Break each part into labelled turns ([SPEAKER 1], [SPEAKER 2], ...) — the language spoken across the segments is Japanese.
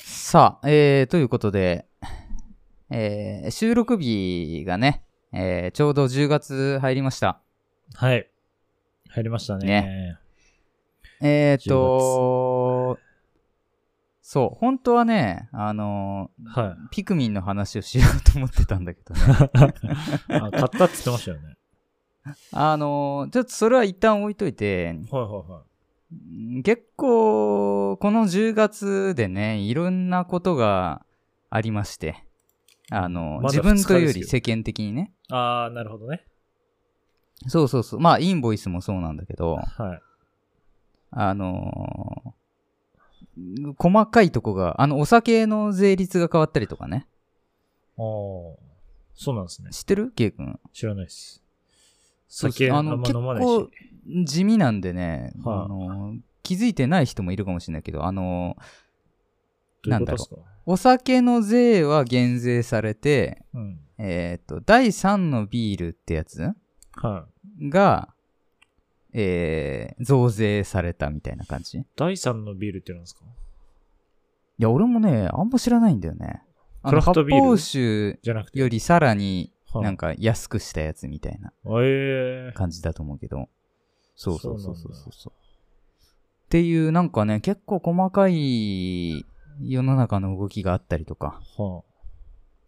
[SPEAKER 1] さあ、えー、ということで、えー、収録日がね、えー、ちょうど10月入りました。
[SPEAKER 2] はい。入りましたね。
[SPEAKER 1] えー、っと、そう、本当はね、あのー、
[SPEAKER 2] は
[SPEAKER 1] ピクミンの話をしようと思ってたんだけどね。
[SPEAKER 2] い。あ、買ったって言ってましたよね。
[SPEAKER 1] あのー、ちょっとそれは一旦置いといて、
[SPEAKER 2] はいはいはい。
[SPEAKER 1] うん結構、この10月でね、いろんなことがありまして、あの、
[SPEAKER 2] まだ
[SPEAKER 1] 自分というよ
[SPEAKER 2] 二日
[SPEAKER 1] り
[SPEAKER 2] ですけ
[SPEAKER 1] 世間的にね。
[SPEAKER 2] あー、なるほどね。
[SPEAKER 1] そうそうそう。まあ、インボイスもそうなんだけど、
[SPEAKER 2] はい。
[SPEAKER 1] あのー細かいとこが、あの、お酒の税率が変わったりとかね。
[SPEAKER 2] おー。そうなんですね。
[SPEAKER 1] 知ってるケイ君。
[SPEAKER 2] 知らないです。
[SPEAKER 1] そう
[SPEAKER 2] 酒あ
[SPEAKER 1] あ
[SPEAKER 2] ん
[SPEAKER 1] の
[SPEAKER 2] ま飲まない
[SPEAKER 1] 結
[SPEAKER 2] し
[SPEAKER 1] 構。地味なんでね、
[SPEAKER 2] はい
[SPEAKER 1] あのー気づいてない人もいるかもしれないけど、あのー
[SPEAKER 2] どういうことですか
[SPEAKER 1] お酒の税は減税されて、
[SPEAKER 2] うん。
[SPEAKER 1] えっ、と、第3のビールってやつ
[SPEAKER 2] はい。
[SPEAKER 1] が、えー、増税されたみたいな感じ。い
[SPEAKER 2] 第三のビールってなんですか
[SPEAKER 1] や、俺もね、あんま知らないんだよね。あの、
[SPEAKER 2] クラフト
[SPEAKER 1] 発
[SPEAKER 2] ビール
[SPEAKER 1] 泡酒
[SPEAKER 2] じゃなくて。
[SPEAKER 1] よりさらに
[SPEAKER 2] はい
[SPEAKER 1] なんか安くしたやつみたいな
[SPEAKER 2] えー。
[SPEAKER 1] 感じだと思うけど。そうそうそうそ
[SPEAKER 2] そううなん
[SPEAKER 1] そう
[SPEAKER 2] だ
[SPEAKER 1] そう。っていう、なんかね、結構細かい世の中の動きがあったりとか。
[SPEAKER 2] は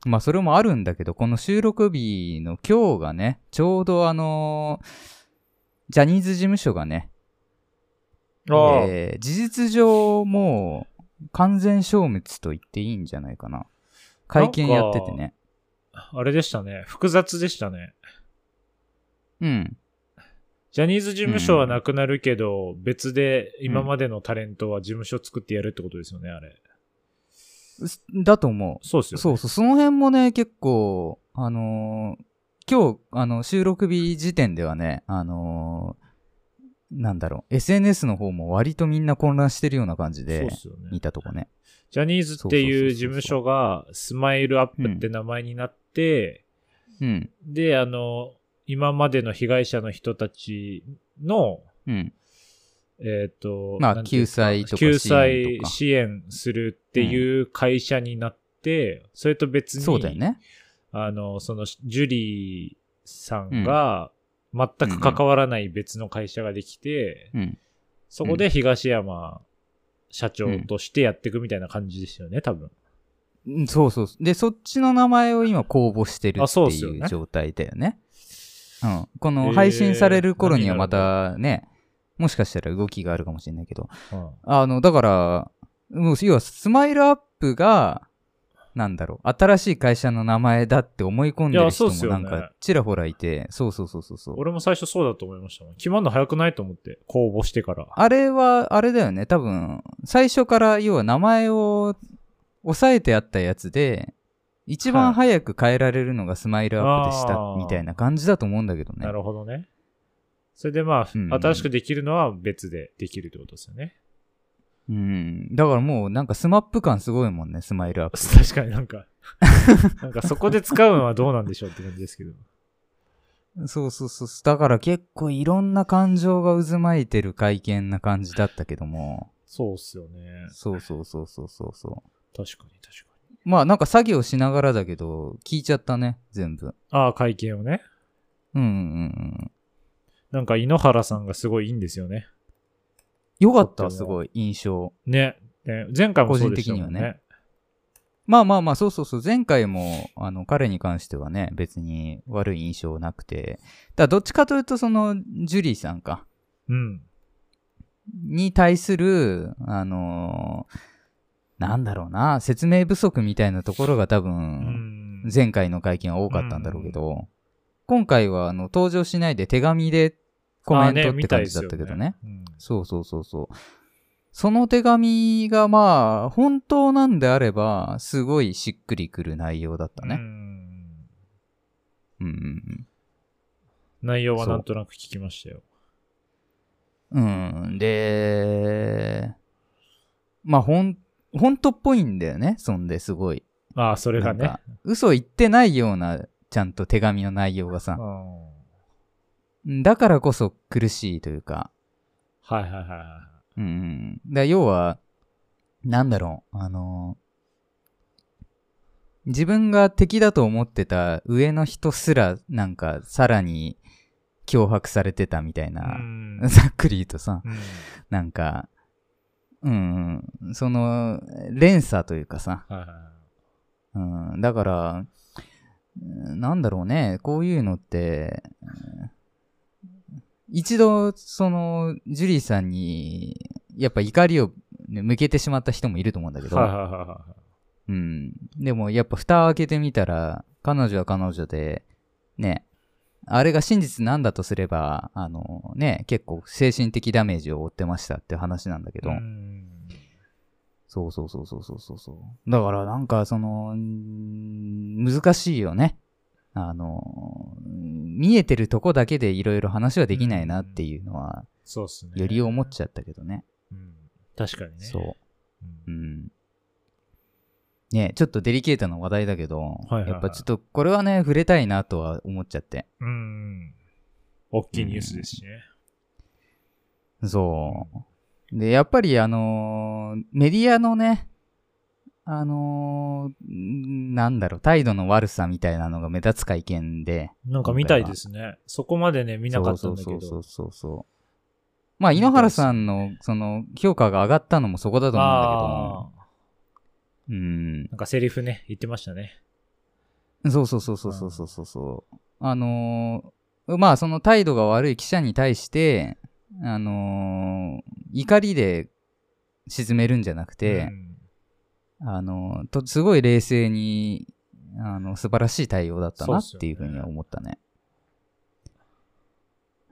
[SPEAKER 1] まあそれもあるんだけど、この収録日の今日がね、ちょうどあのージャニーズ事務所がね、
[SPEAKER 2] あ。あー。
[SPEAKER 1] えー事実上もう完全消滅と言っていいんじゃないかな。会見やっててね。
[SPEAKER 2] あれでしたね。複雑でしたね。
[SPEAKER 1] うん。
[SPEAKER 2] ジャニーズ事務所はなくなるけど、別で今までのタレントは事務所作ってやるってことですよね、あれ。
[SPEAKER 1] すだと思
[SPEAKER 2] そうです
[SPEAKER 1] う。
[SPEAKER 2] よね。
[SPEAKER 1] そうそう。その辺もね、結構、あのー今日、あの、収録日時点ではね、あのーなんだろう、SNS の方も割とみんな混乱してるような感じ
[SPEAKER 2] そう
[SPEAKER 1] で
[SPEAKER 2] っ、すよね
[SPEAKER 1] 見たとこね。
[SPEAKER 2] ジャニーズってい
[SPEAKER 1] そうそう
[SPEAKER 2] う事
[SPEAKER 1] そうそう
[SPEAKER 2] 務所が、スマイルアップって名前になって、
[SPEAKER 1] うん。
[SPEAKER 2] で、あの、今までの被害者の人たちの、
[SPEAKER 1] うん。
[SPEAKER 2] えっ、と、
[SPEAKER 1] まあ
[SPEAKER 2] なんてい
[SPEAKER 1] 救
[SPEAKER 2] う
[SPEAKER 1] 済とか
[SPEAKER 2] 救
[SPEAKER 1] 支援
[SPEAKER 2] 済
[SPEAKER 1] とか
[SPEAKER 2] 支援するっていう会社になって、それと別に、
[SPEAKER 1] そうだよね。
[SPEAKER 2] あの、その、ジュリーさんが、全く関わらない別の会社ができて、
[SPEAKER 1] うん。
[SPEAKER 2] そこで東山社長としてやっていくみたいな感じですよね、多分。
[SPEAKER 1] うんそうそうそう。で、そっちの名前を今公募してる
[SPEAKER 2] あ
[SPEAKER 1] って
[SPEAKER 2] そうっすよ
[SPEAKER 1] いう
[SPEAKER 2] ね
[SPEAKER 1] 状態だよね。うん。こ
[SPEAKER 2] え
[SPEAKER 1] の
[SPEAKER 2] ー
[SPEAKER 1] 配信される頃にはま
[SPEAKER 2] 何にな
[SPEAKER 1] たね、もしかしたら動きがあるかもしれないけど。
[SPEAKER 2] うん
[SPEAKER 1] あの、だから、もう要はスマイルアップが、なんだろう、新しい会社の名前だって思い込んで
[SPEAKER 2] い
[SPEAKER 1] る
[SPEAKER 2] や
[SPEAKER 1] 人
[SPEAKER 2] そう
[SPEAKER 1] も
[SPEAKER 2] っすよ
[SPEAKER 1] な
[SPEAKER 2] ね
[SPEAKER 1] んかちらほらいて、そうそうそうそうそう。
[SPEAKER 2] 俺も最初そうだと思いましたもん。決まるの早くないと思って、公募してから。
[SPEAKER 1] あれは、あれだよね。多分、最初から、要は名前を押さえてあったやつで、一番早く変えられるのがスマイルアップでした、
[SPEAKER 2] あー
[SPEAKER 1] みたいな感じだと思うんだけどね
[SPEAKER 2] な。るほどね。それでまあ、
[SPEAKER 1] うん
[SPEAKER 2] 新しくできるのは別でできるってことですよね。
[SPEAKER 1] うん。だからもう、なんかスマップ感すごいもんね、スマイルアップ。
[SPEAKER 2] 確かになん か、なんかそこで使うのはどうなんでしょうって感じですけど。
[SPEAKER 1] そうそうそう。だから結構いろんな感情が渦巻いてる会見な感じだったけども。
[SPEAKER 2] そうっすよね。
[SPEAKER 1] そうそうそうそうそうそう。
[SPEAKER 2] 確かに確かに。
[SPEAKER 1] まあなんか作業しながらだけど、聞いちゃったね、全部。
[SPEAKER 2] ああ、会見をね。
[SPEAKER 1] うんうんうん。
[SPEAKER 2] なんか井ノ原さんがすごいいいんですよね。
[SPEAKER 1] よかった、すごい、印象。
[SPEAKER 2] ね。ね前回もそうでしたもん
[SPEAKER 1] 個人的
[SPEAKER 2] ね。
[SPEAKER 1] にはまあまあまあ、そうそうそう。前回も、あの、彼に関してはね、別に悪い印象なくて。だからどっちかというと、その、ジュリーさんか、
[SPEAKER 2] うん。
[SPEAKER 1] に対する、あのーなんだろうな、説明不足みたいなところが多
[SPEAKER 2] う
[SPEAKER 1] 分、
[SPEAKER 2] ん。
[SPEAKER 1] 前回の会見は多かったんだろうけど、今回は、あの、登場しないで手紙でコメントって感じだったけどね。
[SPEAKER 2] あー。みたいですよ
[SPEAKER 1] そうそうそうそう。その手紙がまあ、本当なんであれば、すごいしっくりくる内容だった
[SPEAKER 2] うん
[SPEAKER 1] ね。
[SPEAKER 2] うん
[SPEAKER 1] うんうん
[SPEAKER 2] 内容はなんとなく聞きましたよ。
[SPEAKER 1] うん。うん。で、まあ、ほん、本当っぽいんだよね。そんですごい。
[SPEAKER 2] ああ、それが
[SPEAKER 1] なん
[SPEAKER 2] ね
[SPEAKER 1] か。嘘言ってないような、ちゃんと手紙の内容がさ
[SPEAKER 2] う。ん
[SPEAKER 1] だからこそ苦しいというか。
[SPEAKER 2] はいはいはいはい。
[SPEAKER 1] うんうん。だ要は、なんだろう、あの、自分が敵だと思ってた上の人すらなんかさらに脅迫されてたみたいな、
[SPEAKER 2] うん
[SPEAKER 1] ざっくり言うとさ
[SPEAKER 2] うん
[SPEAKER 1] なんかうんその連鎖というかさ、
[SPEAKER 2] はいはいはい
[SPEAKER 1] うん、だからうんなんだろうねこういうのってうん一度そのジュリーさんにやっぱ怒りを向けてしまった人もいると思うんだけど、
[SPEAKER 2] はいはいはいは
[SPEAKER 1] うん。でもやっぱ蓋を開けてみたら、彼女は彼女で、ね、あれが真実なんだとすれば、あのね、結構精神的ダメージを負ってましたって話なんだけ
[SPEAKER 2] い。
[SPEAKER 1] ど、
[SPEAKER 2] うん
[SPEAKER 1] そうそうそうそうそうそうそう。だからなんかその、うん難しいよね。あの、うん見えてるとこだけでいろいろ話はできないなっていうのは、
[SPEAKER 2] そうっすね。
[SPEAKER 1] より思っち
[SPEAKER 2] ゃ
[SPEAKER 1] ゃったけどね。
[SPEAKER 2] う。ん、確かにね。
[SPEAKER 1] そう。う
[SPEAKER 2] うん
[SPEAKER 1] ん。ねちょっとデリケートな話題だけど、
[SPEAKER 2] はいはいはい
[SPEAKER 1] やっぱちょっとこれはね、触れたいなとは思っちゃって。
[SPEAKER 2] うん。大きいニュースですしね。
[SPEAKER 1] そう。で、やっぱりあのーメディアのね、あのーんなんだろう、態度の悪さみたいなのが目立つ会見で。
[SPEAKER 2] なんか見たいですね。そこまでね、見なかったんだけ
[SPEAKER 1] そうそ
[SPEAKER 2] ど
[SPEAKER 1] う。そうそう。まあ、井ノ原さんの、その、評価が上がったのもそこだと思うんだけど
[SPEAKER 2] ああ、
[SPEAKER 1] うん。
[SPEAKER 2] なんかセリフね、言ってましたね。
[SPEAKER 1] そうそうそうそうそうそうそうそう。あのーまあその態度が悪い記者に対して、あのー怒りで沈めるんじゃなくて、あのーとすごい冷静にあの素晴らしい対応だったな
[SPEAKER 2] そうっすよね
[SPEAKER 1] っていうふうには思ったね。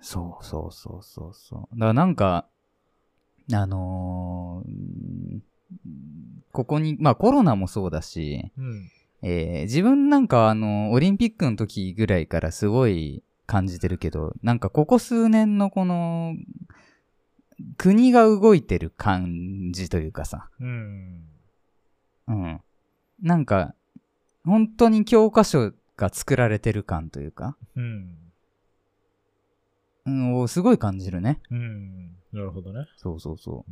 [SPEAKER 1] そうそうそうそうそう。だからなんか、あのーうんここに、まあコロナもそうだし、
[SPEAKER 2] うん。うん。
[SPEAKER 1] えー自分なんかあの、オリンピックの時ぐらいからすごい感じてるけど、なんかここ数年のこの、国が動いてる感じというかさ、
[SPEAKER 2] うん。
[SPEAKER 1] うん。なんか、本当に教科書が作られてる感というか、
[SPEAKER 2] うん。
[SPEAKER 1] うん、をすごい感じるね。
[SPEAKER 2] うん。なるほどね。
[SPEAKER 1] そうそうそ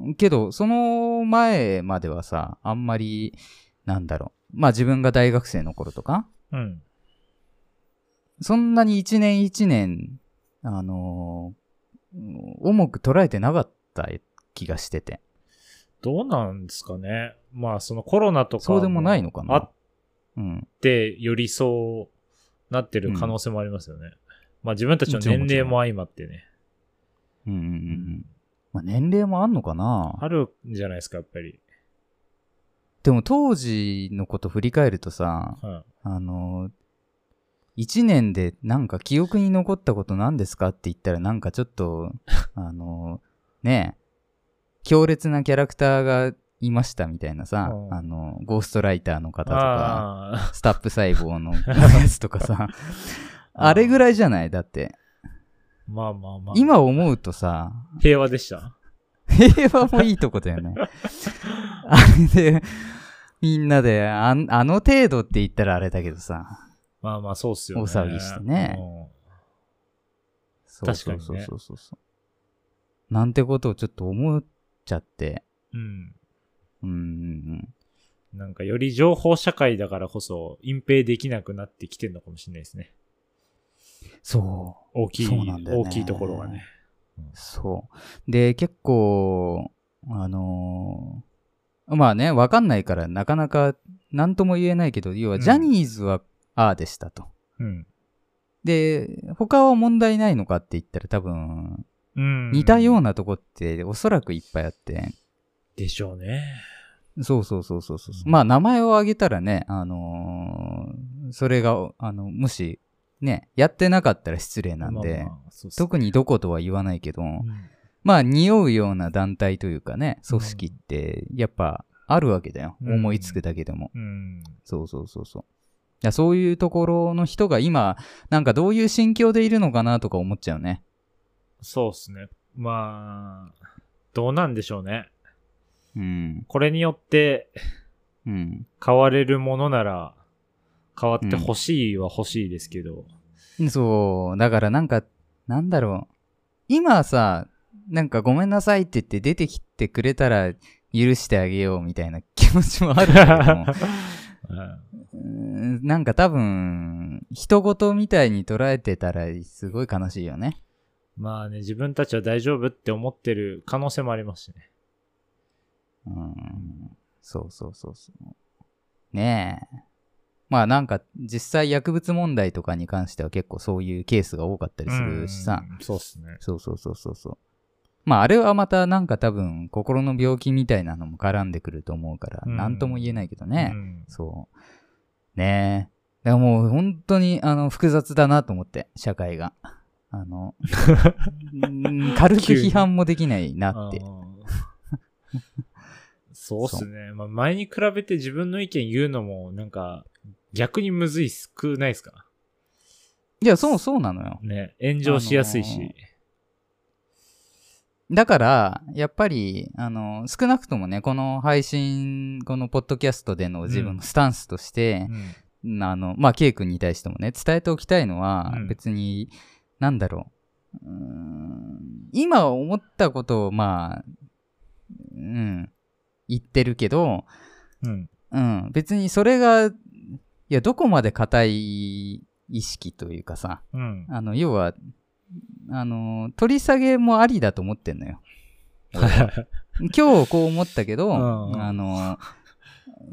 [SPEAKER 2] うん
[SPEAKER 1] う。けど、その前まではさ、あんまり、なんだろう。まあ自分が大学生の頃とか、
[SPEAKER 2] うん。
[SPEAKER 1] そんなに一年一年、あのーうん重く捉えてなかった気がしてて。
[SPEAKER 2] どうなんですかね。まあ、そのコロナとか。
[SPEAKER 1] そうでもないのかな
[SPEAKER 2] あっ
[SPEAKER 1] うん。
[SPEAKER 2] て、よりそうなってる可能性もありますよね。まあ、自分たちの年齢も相まってね。
[SPEAKER 1] うんうんうんうん。まあ、年齢もあんのかな
[SPEAKER 2] あるんじゃないですか、やっぱり。
[SPEAKER 1] でも当時のこと振り返るとさ、
[SPEAKER 2] は
[SPEAKER 1] あのー一年でなんか記憶に残ったこと何ですかって言ったらなんかちょっ と、あのーねえ、強烈なキャラクターがいましたみたいなさ、
[SPEAKER 2] うん
[SPEAKER 1] あのーゴーストライターの方
[SPEAKER 2] い。
[SPEAKER 1] とか、
[SPEAKER 2] あ
[SPEAKER 1] スタップ細胞 のやつとかさ、あれぐらいじゃないだって。
[SPEAKER 2] あ、 まあまあまあ。
[SPEAKER 1] 今思うとさ、
[SPEAKER 2] 平和でした。
[SPEAKER 1] 平和もいいとこだよね。 あれで、みんなで、あんあの程度って言ったらあれだけどさ。
[SPEAKER 2] まあまあ、そうっすよね。
[SPEAKER 1] 大騒ぎしてね
[SPEAKER 2] うん
[SPEAKER 1] そう
[SPEAKER 2] 確かにね
[SPEAKER 1] そうそうそうそう。なんてことをちょっと思っちゃって。
[SPEAKER 2] うん。
[SPEAKER 1] うんうん
[SPEAKER 2] なんかより情報社会だからこそ隠蔽できなくなってきてるのかもしれないですね。
[SPEAKER 1] うん。そう。
[SPEAKER 2] 大きい、
[SPEAKER 1] そうなんだよね
[SPEAKER 2] 大きいところはね。
[SPEAKER 1] そう。で、結構、あのーまあね、わかんないから、なかなか、なんとも言えないけど、要
[SPEAKER 2] う
[SPEAKER 1] は、
[SPEAKER 2] ん
[SPEAKER 1] ジャニーズは、ああでしたと。
[SPEAKER 2] うん。
[SPEAKER 1] で、他は問題ないのかって言ったら、多分、
[SPEAKER 2] うん。
[SPEAKER 1] 似たよう
[SPEAKER 2] な。
[SPEAKER 1] なとこって、おそらくいっぱいあって、
[SPEAKER 2] でしょうね。
[SPEAKER 1] そうそうそうそうそう。
[SPEAKER 2] うん
[SPEAKER 1] まあ、名前を挙げたらね、あのーそれが、あの、もし、ね、やってなかったら失礼なんで、
[SPEAKER 2] まあまあそうっす
[SPEAKER 1] 特にどことは言わないけど、
[SPEAKER 2] うん
[SPEAKER 1] まあ、匂うような団体というかね、組織って、やっぱ、あるわけだよ。
[SPEAKER 2] うん
[SPEAKER 1] 思いつくだけでも。
[SPEAKER 2] うん。
[SPEAKER 1] そうそうそうそう。いやそういうところの人が今、なんかどういう心境でいるのかなとか思っちゃうね。
[SPEAKER 2] そうっすね。まあ、どうなんでしょうね。
[SPEAKER 1] うん。
[SPEAKER 2] これによって
[SPEAKER 1] うん。
[SPEAKER 2] 変われるものなら、変わってほしいは欲しいですけど。
[SPEAKER 1] そう。だからなんか、なんだろう。今さ、なんかごめんなさいって言って出てきてくれたら許してあげようみたいな気持ちもあるんだけども
[SPEAKER 2] うん
[SPEAKER 1] うーんなんか多分、人事みたいに捉えてたらすごい悲しいよね。
[SPEAKER 2] まあね、自分たちは大丈夫って思ってる可能性もありますしね。
[SPEAKER 1] うん。そうそうそうそう。ねえ。まあなんか実際薬物問題とかに関しては結構そういうケースが多かったりするしさ。
[SPEAKER 2] うん。そうっすね。
[SPEAKER 1] そうそうそうそうそう。まああれはまたなんか多分心の病気みたいなのも絡んでくると思うから、
[SPEAKER 2] うん
[SPEAKER 1] なんとも言えないけどね。
[SPEAKER 2] うん
[SPEAKER 1] そう。ねえ。だからもう本当にあの複雑だなと思って、社会が。あの、うん 軽く
[SPEAKER 2] 急に
[SPEAKER 1] 批判もできないなって。
[SPEAKER 2] あーそうっすね。まあ、前に比べて自分の意見言うのも、なんか、逆にむずい少ないですか
[SPEAKER 1] いや、そう、そうなのよ。
[SPEAKER 2] ね。炎上しやすいし。
[SPEAKER 1] あのーだから、やっぱり、あの、少なくともね、この配信、このポッドキャストでの自分のスタンスとして、
[SPEAKER 2] うん
[SPEAKER 1] あの、まあ、ケイ君に対してもね、伝えておきたいのは
[SPEAKER 2] う、ん
[SPEAKER 1] 別に、なんだろう。うーん今思ったことを、まあ、うん、言ってるけど、
[SPEAKER 2] うん。
[SPEAKER 1] うん、別にそれが、いや、どこまで固い意識というかさ、
[SPEAKER 2] うん。
[SPEAKER 1] あの、要は、あの、取り下げもありだと思ってんのよ。今日こう思ったけど、
[SPEAKER 2] うん
[SPEAKER 1] あの、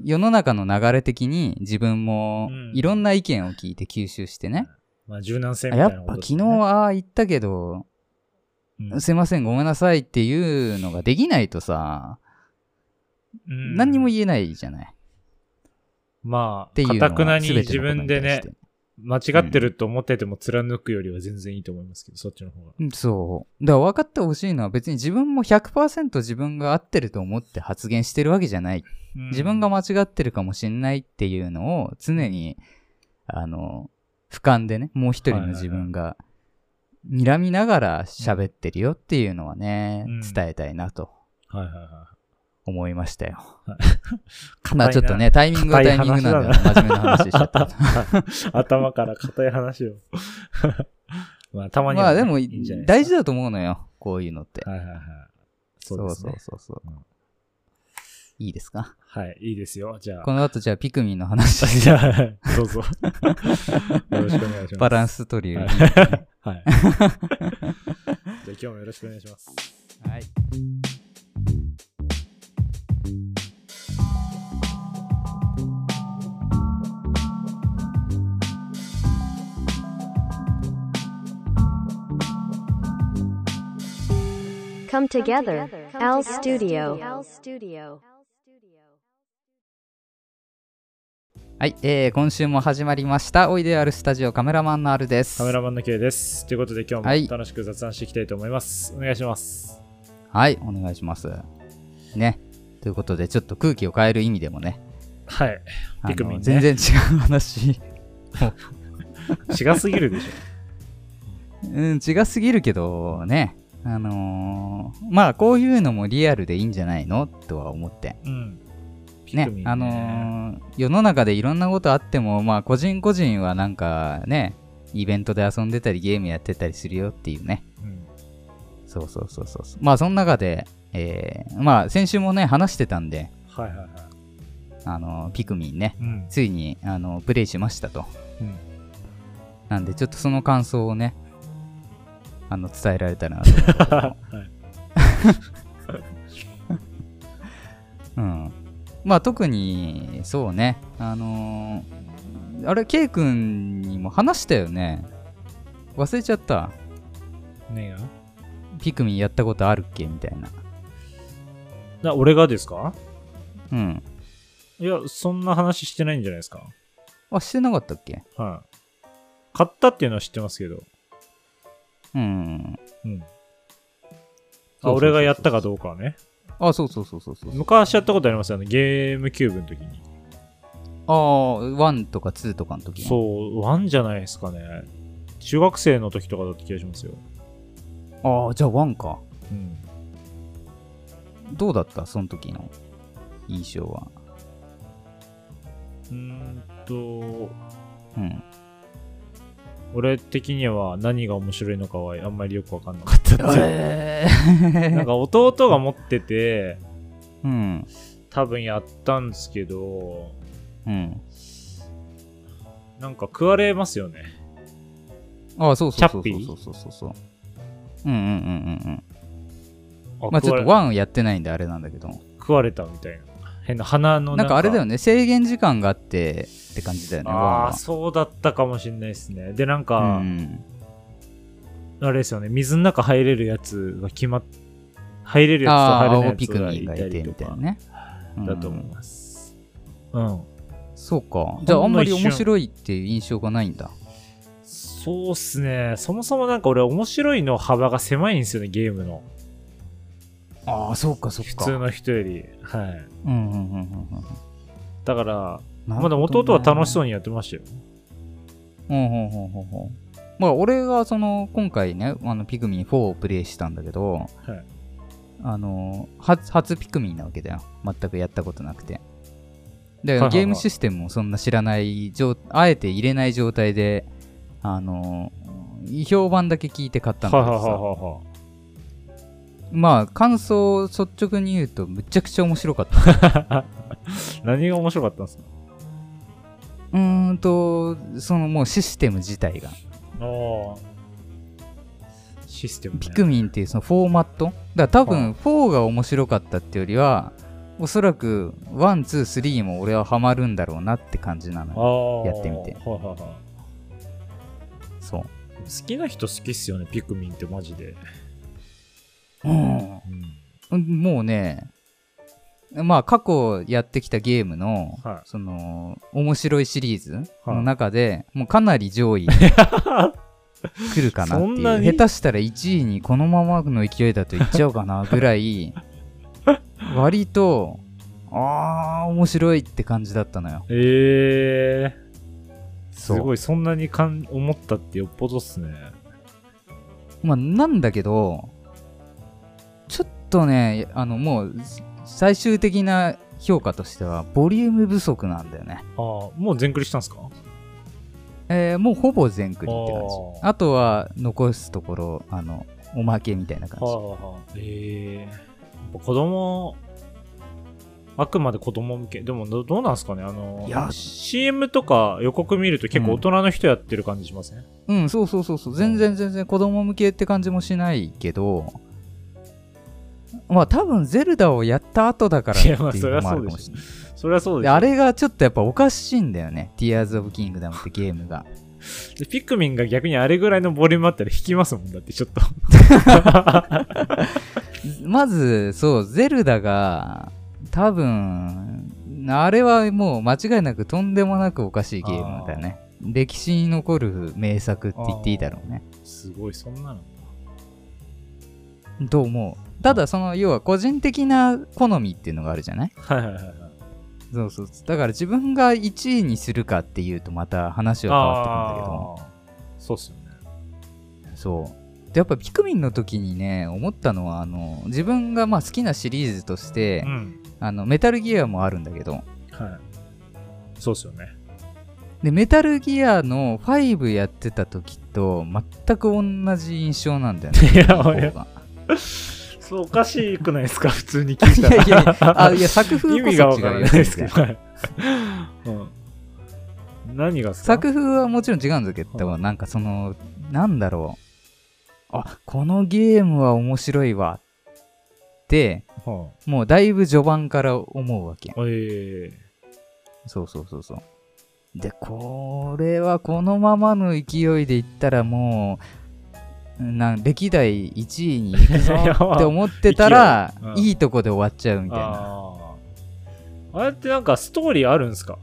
[SPEAKER 1] 世の中の流れ的に自分も
[SPEAKER 2] うん
[SPEAKER 1] いろんな意見を聞いて吸収してね。
[SPEAKER 2] まあ、柔軟性み
[SPEAKER 1] あ
[SPEAKER 2] たいな
[SPEAKER 1] や
[SPEAKER 2] こ
[SPEAKER 1] っ
[SPEAKER 2] と
[SPEAKER 1] ぱ
[SPEAKER 2] で
[SPEAKER 1] 昨
[SPEAKER 2] す
[SPEAKER 1] 日
[SPEAKER 2] ね、
[SPEAKER 1] ああ言ったけど、
[SPEAKER 2] うん
[SPEAKER 1] すいませんごめんなさいっていうのができないとさ、
[SPEAKER 2] うん
[SPEAKER 1] 何にも言えないじゃない。
[SPEAKER 2] ま
[SPEAKER 1] って
[SPEAKER 2] あ、
[SPEAKER 1] いう
[SPEAKER 2] か
[SPEAKER 1] のは
[SPEAKER 2] たくなに
[SPEAKER 1] 全て
[SPEAKER 2] 自
[SPEAKER 1] のこと
[SPEAKER 2] 分
[SPEAKER 1] に
[SPEAKER 2] で
[SPEAKER 1] 対し
[SPEAKER 2] ね
[SPEAKER 1] て、
[SPEAKER 2] 間違ってると思ってても貫くよりは全然いいと思いますけど、そっちの方が。
[SPEAKER 1] そう。だから分かってほしいのは別に自分も100%自分が合ってると思って発言してるわけじゃない。自分が間違ってるかもしんないっていうのを常に、あの、俯瞰でね、もう一人の自分が睨みながら喋ってるよっていうのはね、
[SPEAKER 2] うん
[SPEAKER 1] 伝えたいなと
[SPEAKER 2] はいはいは
[SPEAKER 1] 思いましたよ。
[SPEAKER 2] い。
[SPEAKER 1] まあちょっとね、タイミングがタイミングなんだよ。真面目な話しちゃ った。
[SPEAKER 2] 頭から硬い話を。 まあ、たまに
[SPEAKER 1] ま
[SPEAKER 2] は
[SPEAKER 1] あ
[SPEAKER 2] ね、
[SPEAKER 1] でも
[SPEAKER 2] いいんじゃない
[SPEAKER 1] 大
[SPEAKER 2] で
[SPEAKER 1] 事
[SPEAKER 2] す
[SPEAKER 1] だと思うのよ、こういうのって
[SPEAKER 2] か。。はいはいはい。そうですね。
[SPEAKER 1] そうそうそう
[SPEAKER 2] うん
[SPEAKER 1] いいですか
[SPEAKER 2] はい、いいですよ。じゃあ。
[SPEAKER 1] この後じゃあピクミンの話
[SPEAKER 2] じゃあ、 どうぞ。よろしくお願いします。
[SPEAKER 1] バラン
[SPEAKER 2] ス。
[SPEAKER 1] ス取り
[SPEAKER 2] はい。
[SPEAKER 1] は
[SPEAKER 2] はい、じゃあ、今日もよろしくお願いします。
[SPEAKER 1] い。
[SPEAKER 3] Come together,
[SPEAKER 4] together,
[SPEAKER 3] Al
[SPEAKER 4] Al
[SPEAKER 3] Studio.
[SPEAKER 4] Studio.
[SPEAKER 3] Al Studio.
[SPEAKER 1] はい、えー今週も始まりました。おいであるスタジオカメラマンのあるです。
[SPEAKER 2] カメラマンの K です。ということで、今
[SPEAKER 1] は
[SPEAKER 2] 日
[SPEAKER 1] い
[SPEAKER 2] も楽しく雑談していきたいと思います。お願いします。
[SPEAKER 1] はい、お願いします。ね。ということで、ちょっと空気を変える意味でもね、
[SPEAKER 2] はい。
[SPEAKER 1] あの
[SPEAKER 2] ピクミンね
[SPEAKER 1] 全然違う話。
[SPEAKER 2] 違すぎるでしょ。
[SPEAKER 1] うん、違すぎるけどね。あのーまあ、こういうのもリアルでいいんじゃないのとは思って。
[SPEAKER 2] うん。ピ
[SPEAKER 1] ね
[SPEAKER 2] クミンね
[SPEAKER 1] あのー世の中でいろんなことあっても、まあ、個人個人はなんかね、イベントで遊んでたり、ゲームやってたりするよっていうね。
[SPEAKER 2] うん
[SPEAKER 1] そうそうそうそうそう。まあ、その中で、えーまあ、先週もね、話してたんで、
[SPEAKER 2] はいはいはい。
[SPEAKER 1] あの、ピクミンね、
[SPEAKER 2] うん。
[SPEAKER 1] ついに、あの、プレイしましたと。
[SPEAKER 2] うん
[SPEAKER 1] なんで、ちょっとその感想をね、あの、伝えられたらなと思うんだけど。
[SPEAKER 2] はい
[SPEAKER 1] うん。まあ、特に、そうね、あのーあれ、ケイ君にも話したよね。忘れちゃった。
[SPEAKER 2] ねえが
[SPEAKER 1] ピクミンやったことあるっけみたいな。
[SPEAKER 2] な俺がですか
[SPEAKER 1] うん。
[SPEAKER 2] いや、そんな話してないんじゃないですか。
[SPEAKER 1] あ、してなかったっけ
[SPEAKER 2] はい。買ったっていうのは知ってますけど。
[SPEAKER 1] うん。
[SPEAKER 2] う
[SPEAKER 1] そうそうそ
[SPEAKER 2] ん。
[SPEAKER 1] うそ
[SPEAKER 2] あ、
[SPEAKER 1] う
[SPEAKER 2] 俺がやったかどうかはね。
[SPEAKER 1] あ、そうそうそうそうそうそう。
[SPEAKER 2] 昔やったことありますよね。ゲームキューブの時に。
[SPEAKER 1] ああ、1とか2とかの時ね
[SPEAKER 2] そう、ワンじゃないですかね。中学生の時とかだった気がしますよ。
[SPEAKER 1] ああ、じゃあ1か。
[SPEAKER 2] うん。
[SPEAKER 1] どうだったその時の印象は。
[SPEAKER 2] うーんと、
[SPEAKER 1] うん。
[SPEAKER 2] 俺的には何が面白いのかはあんまりよくわかんなかった っていう。
[SPEAKER 1] え
[SPEAKER 2] なんか弟が持ってて、
[SPEAKER 1] うん。
[SPEAKER 2] 多分やったんですけど、
[SPEAKER 1] うん。
[SPEAKER 2] なんか食われますよね。
[SPEAKER 1] ああ、そうそうそう
[SPEAKER 2] チャッピー
[SPEAKER 1] そうそうそうそうそう。うんうんうんうんうん。
[SPEAKER 2] あ
[SPEAKER 1] まあちょ
[SPEAKER 2] 食わ
[SPEAKER 1] っ
[SPEAKER 2] れ
[SPEAKER 1] とワンやってないんであれなんだけど。
[SPEAKER 2] 食われたみたいな。変な鼻の
[SPEAKER 1] なんかあれだよ
[SPEAKER 2] ね。
[SPEAKER 1] ね、制限時間があってって感じだよね、
[SPEAKER 2] あ
[SPEAKER 1] ワン
[SPEAKER 2] あ、
[SPEAKER 1] は
[SPEAKER 2] そうだったかもしれないですね。で、なん
[SPEAKER 1] う
[SPEAKER 2] か、
[SPEAKER 1] ん。
[SPEAKER 2] あれですよね、水の中入れるやつが決まっ、入れるやつと
[SPEAKER 1] ああ、
[SPEAKER 2] 入れない
[SPEAKER 1] 青
[SPEAKER 2] やつ
[SPEAKER 1] ピク
[SPEAKER 2] が
[SPEAKER 1] ミン
[SPEAKER 2] い
[SPEAKER 1] が
[SPEAKER 2] た
[SPEAKER 1] いて
[SPEAKER 2] り
[SPEAKER 1] みた
[SPEAKER 2] と
[SPEAKER 1] いな
[SPEAKER 2] か
[SPEAKER 1] ね。うん
[SPEAKER 2] だと思います。うん。
[SPEAKER 1] そうか。
[SPEAKER 2] んの一瞬
[SPEAKER 1] じゃああんまり面白いっていう印象がないんだ。
[SPEAKER 2] そうっすね。そもそもなんか俺面白いの幅が狭いんですよね、ゲームの。
[SPEAKER 1] ああ、そうかそう
[SPEAKER 2] 普通の人より。はい。
[SPEAKER 1] うんうんうんうんうん。
[SPEAKER 2] だから、
[SPEAKER 1] なる
[SPEAKER 2] ま
[SPEAKER 1] ほ
[SPEAKER 2] だ
[SPEAKER 1] どね
[SPEAKER 2] 弟は楽しそうにやってましたよ。
[SPEAKER 1] うんうんうんうんうんまあ俺がその今回ねあのピクミン4をプレイしたんだけど、
[SPEAKER 2] はい
[SPEAKER 1] あの初初ピクミンなわけだよ全くやったことなくてだ
[SPEAKER 2] はい
[SPEAKER 1] か
[SPEAKER 2] は
[SPEAKER 1] ら
[SPEAKER 2] い
[SPEAKER 1] ゲームシステムもそんな知らない状あえて入れない状態であの評判だけ聞いて買ったん
[SPEAKER 2] は
[SPEAKER 1] だ
[SPEAKER 2] い
[SPEAKER 1] け
[SPEAKER 2] はい
[SPEAKER 1] ど
[SPEAKER 2] は
[SPEAKER 1] さ、
[SPEAKER 2] いは
[SPEAKER 1] まあ感想を率直に言うとむちゃくちゃ面白かった
[SPEAKER 2] いはい。何が面白かったんですか
[SPEAKER 1] うーんとそのもうシステム自体が
[SPEAKER 2] ああ。システム、ね。
[SPEAKER 1] ピクミンっていうそのフォーマットだから多分4が面白かったってよりはおそらく123も俺はハマるんだろうなって感じなのよ
[SPEAKER 2] ああ。
[SPEAKER 1] やってみて
[SPEAKER 2] はいはいはい。
[SPEAKER 1] そ
[SPEAKER 2] 好きな人好きっすよね、ピクミンってマジで。
[SPEAKER 1] う、うんもうねまあ過去やってきたゲームの、
[SPEAKER 2] はい
[SPEAKER 1] その面白いシリーズ
[SPEAKER 2] はい
[SPEAKER 1] の中で、もうかなり上 位に来るかなって
[SPEAKER 2] そんなに
[SPEAKER 1] いう下手したら1位にこのままの勢いだといっちゃうかなぐらい 割とあー面白いって感じだったのよ
[SPEAKER 2] ええす
[SPEAKER 1] そう
[SPEAKER 2] ごい、そんなにかん思ったってよっぽどっすね。
[SPEAKER 1] まあ、なんだけど、ちょっとね、あの、もう、最終的な評価としては、ボリューム不足なんだよね。
[SPEAKER 2] ああ、もう全クリしたんすか
[SPEAKER 1] えーもうほぼ全クリって感じ
[SPEAKER 2] お。ー
[SPEAKER 1] あとは、残すところ、あの、おまけみたいな感じ。
[SPEAKER 2] はあはあ、ええやっぱ子供あくまで子供向けでもどどうなんですかねあの
[SPEAKER 1] いや
[SPEAKER 2] CM とか予告見ると結構大人の人やってる感じしません、
[SPEAKER 1] うん、そうそうそうそう。全然全然子供向けって感じもしないけど、まあ多分ゼルダをやった後だからっていうのもあるかもしれない。
[SPEAKER 2] それはそう
[SPEAKER 1] で
[SPEAKER 2] ですよ
[SPEAKER 1] あれがちょっとやっぱおかしいんだよね。Tears of Kingdom ってゲームが。
[SPEAKER 2] でピクミンが逆にあれぐらいのボリュームあったら引きますも んだってちょっと
[SPEAKER 1] まず、そう、ゼルダが、多分、あれはもう間違いなくとんでもなくおかしいゲームだよね。歴史に残る名作って言っていいだろうね。
[SPEAKER 2] すごいそんなの
[SPEAKER 1] と思う。ただ、その、要は個人的な好みっていうのがあるじゃない
[SPEAKER 2] はいはいはいはい
[SPEAKER 1] そうそう。だから自分が1位にするかっていうとまた話は変わってくるんだけど。
[SPEAKER 2] ああそうっすよね
[SPEAKER 1] そう。でやっぱピクミンの時にね思ったのはあの自分がまあ好きなシリーズとして、
[SPEAKER 2] うん
[SPEAKER 1] あのメタルギアもあるんだけど、
[SPEAKER 2] はいそうっすよね
[SPEAKER 1] でメタルギアの5やってた時と全く同じ印象なんだよね。
[SPEAKER 2] い や
[SPEAKER 1] 方が
[SPEAKER 2] 俺そうおかしくないですか普通に聞い
[SPEAKER 1] い
[SPEAKER 2] たら
[SPEAKER 1] やいやあいや作風
[SPEAKER 2] 意
[SPEAKER 1] こ
[SPEAKER 2] 味が
[SPEAKER 1] そ
[SPEAKER 2] わ
[SPEAKER 1] 違
[SPEAKER 2] から
[SPEAKER 1] うよ
[SPEAKER 2] ないですけ
[SPEAKER 1] 全然
[SPEAKER 2] ど。うん、何がっすか
[SPEAKER 1] 作風はもちろん違うんだけど、なんかそのなんだろうあこのゲームは面白いわって
[SPEAKER 2] は
[SPEAKER 1] もうだいぶ序盤から思うわけ
[SPEAKER 2] あ、ええ
[SPEAKER 1] そうそうそうそうでこれはこのままの勢いでいったらもうなん歴代1位に行く ぞって思ってたら、
[SPEAKER 2] いやうん
[SPEAKER 1] いいとこで終わっちゃうみたいな。
[SPEAKER 2] ああ。あれってなんかストーリーあるんすか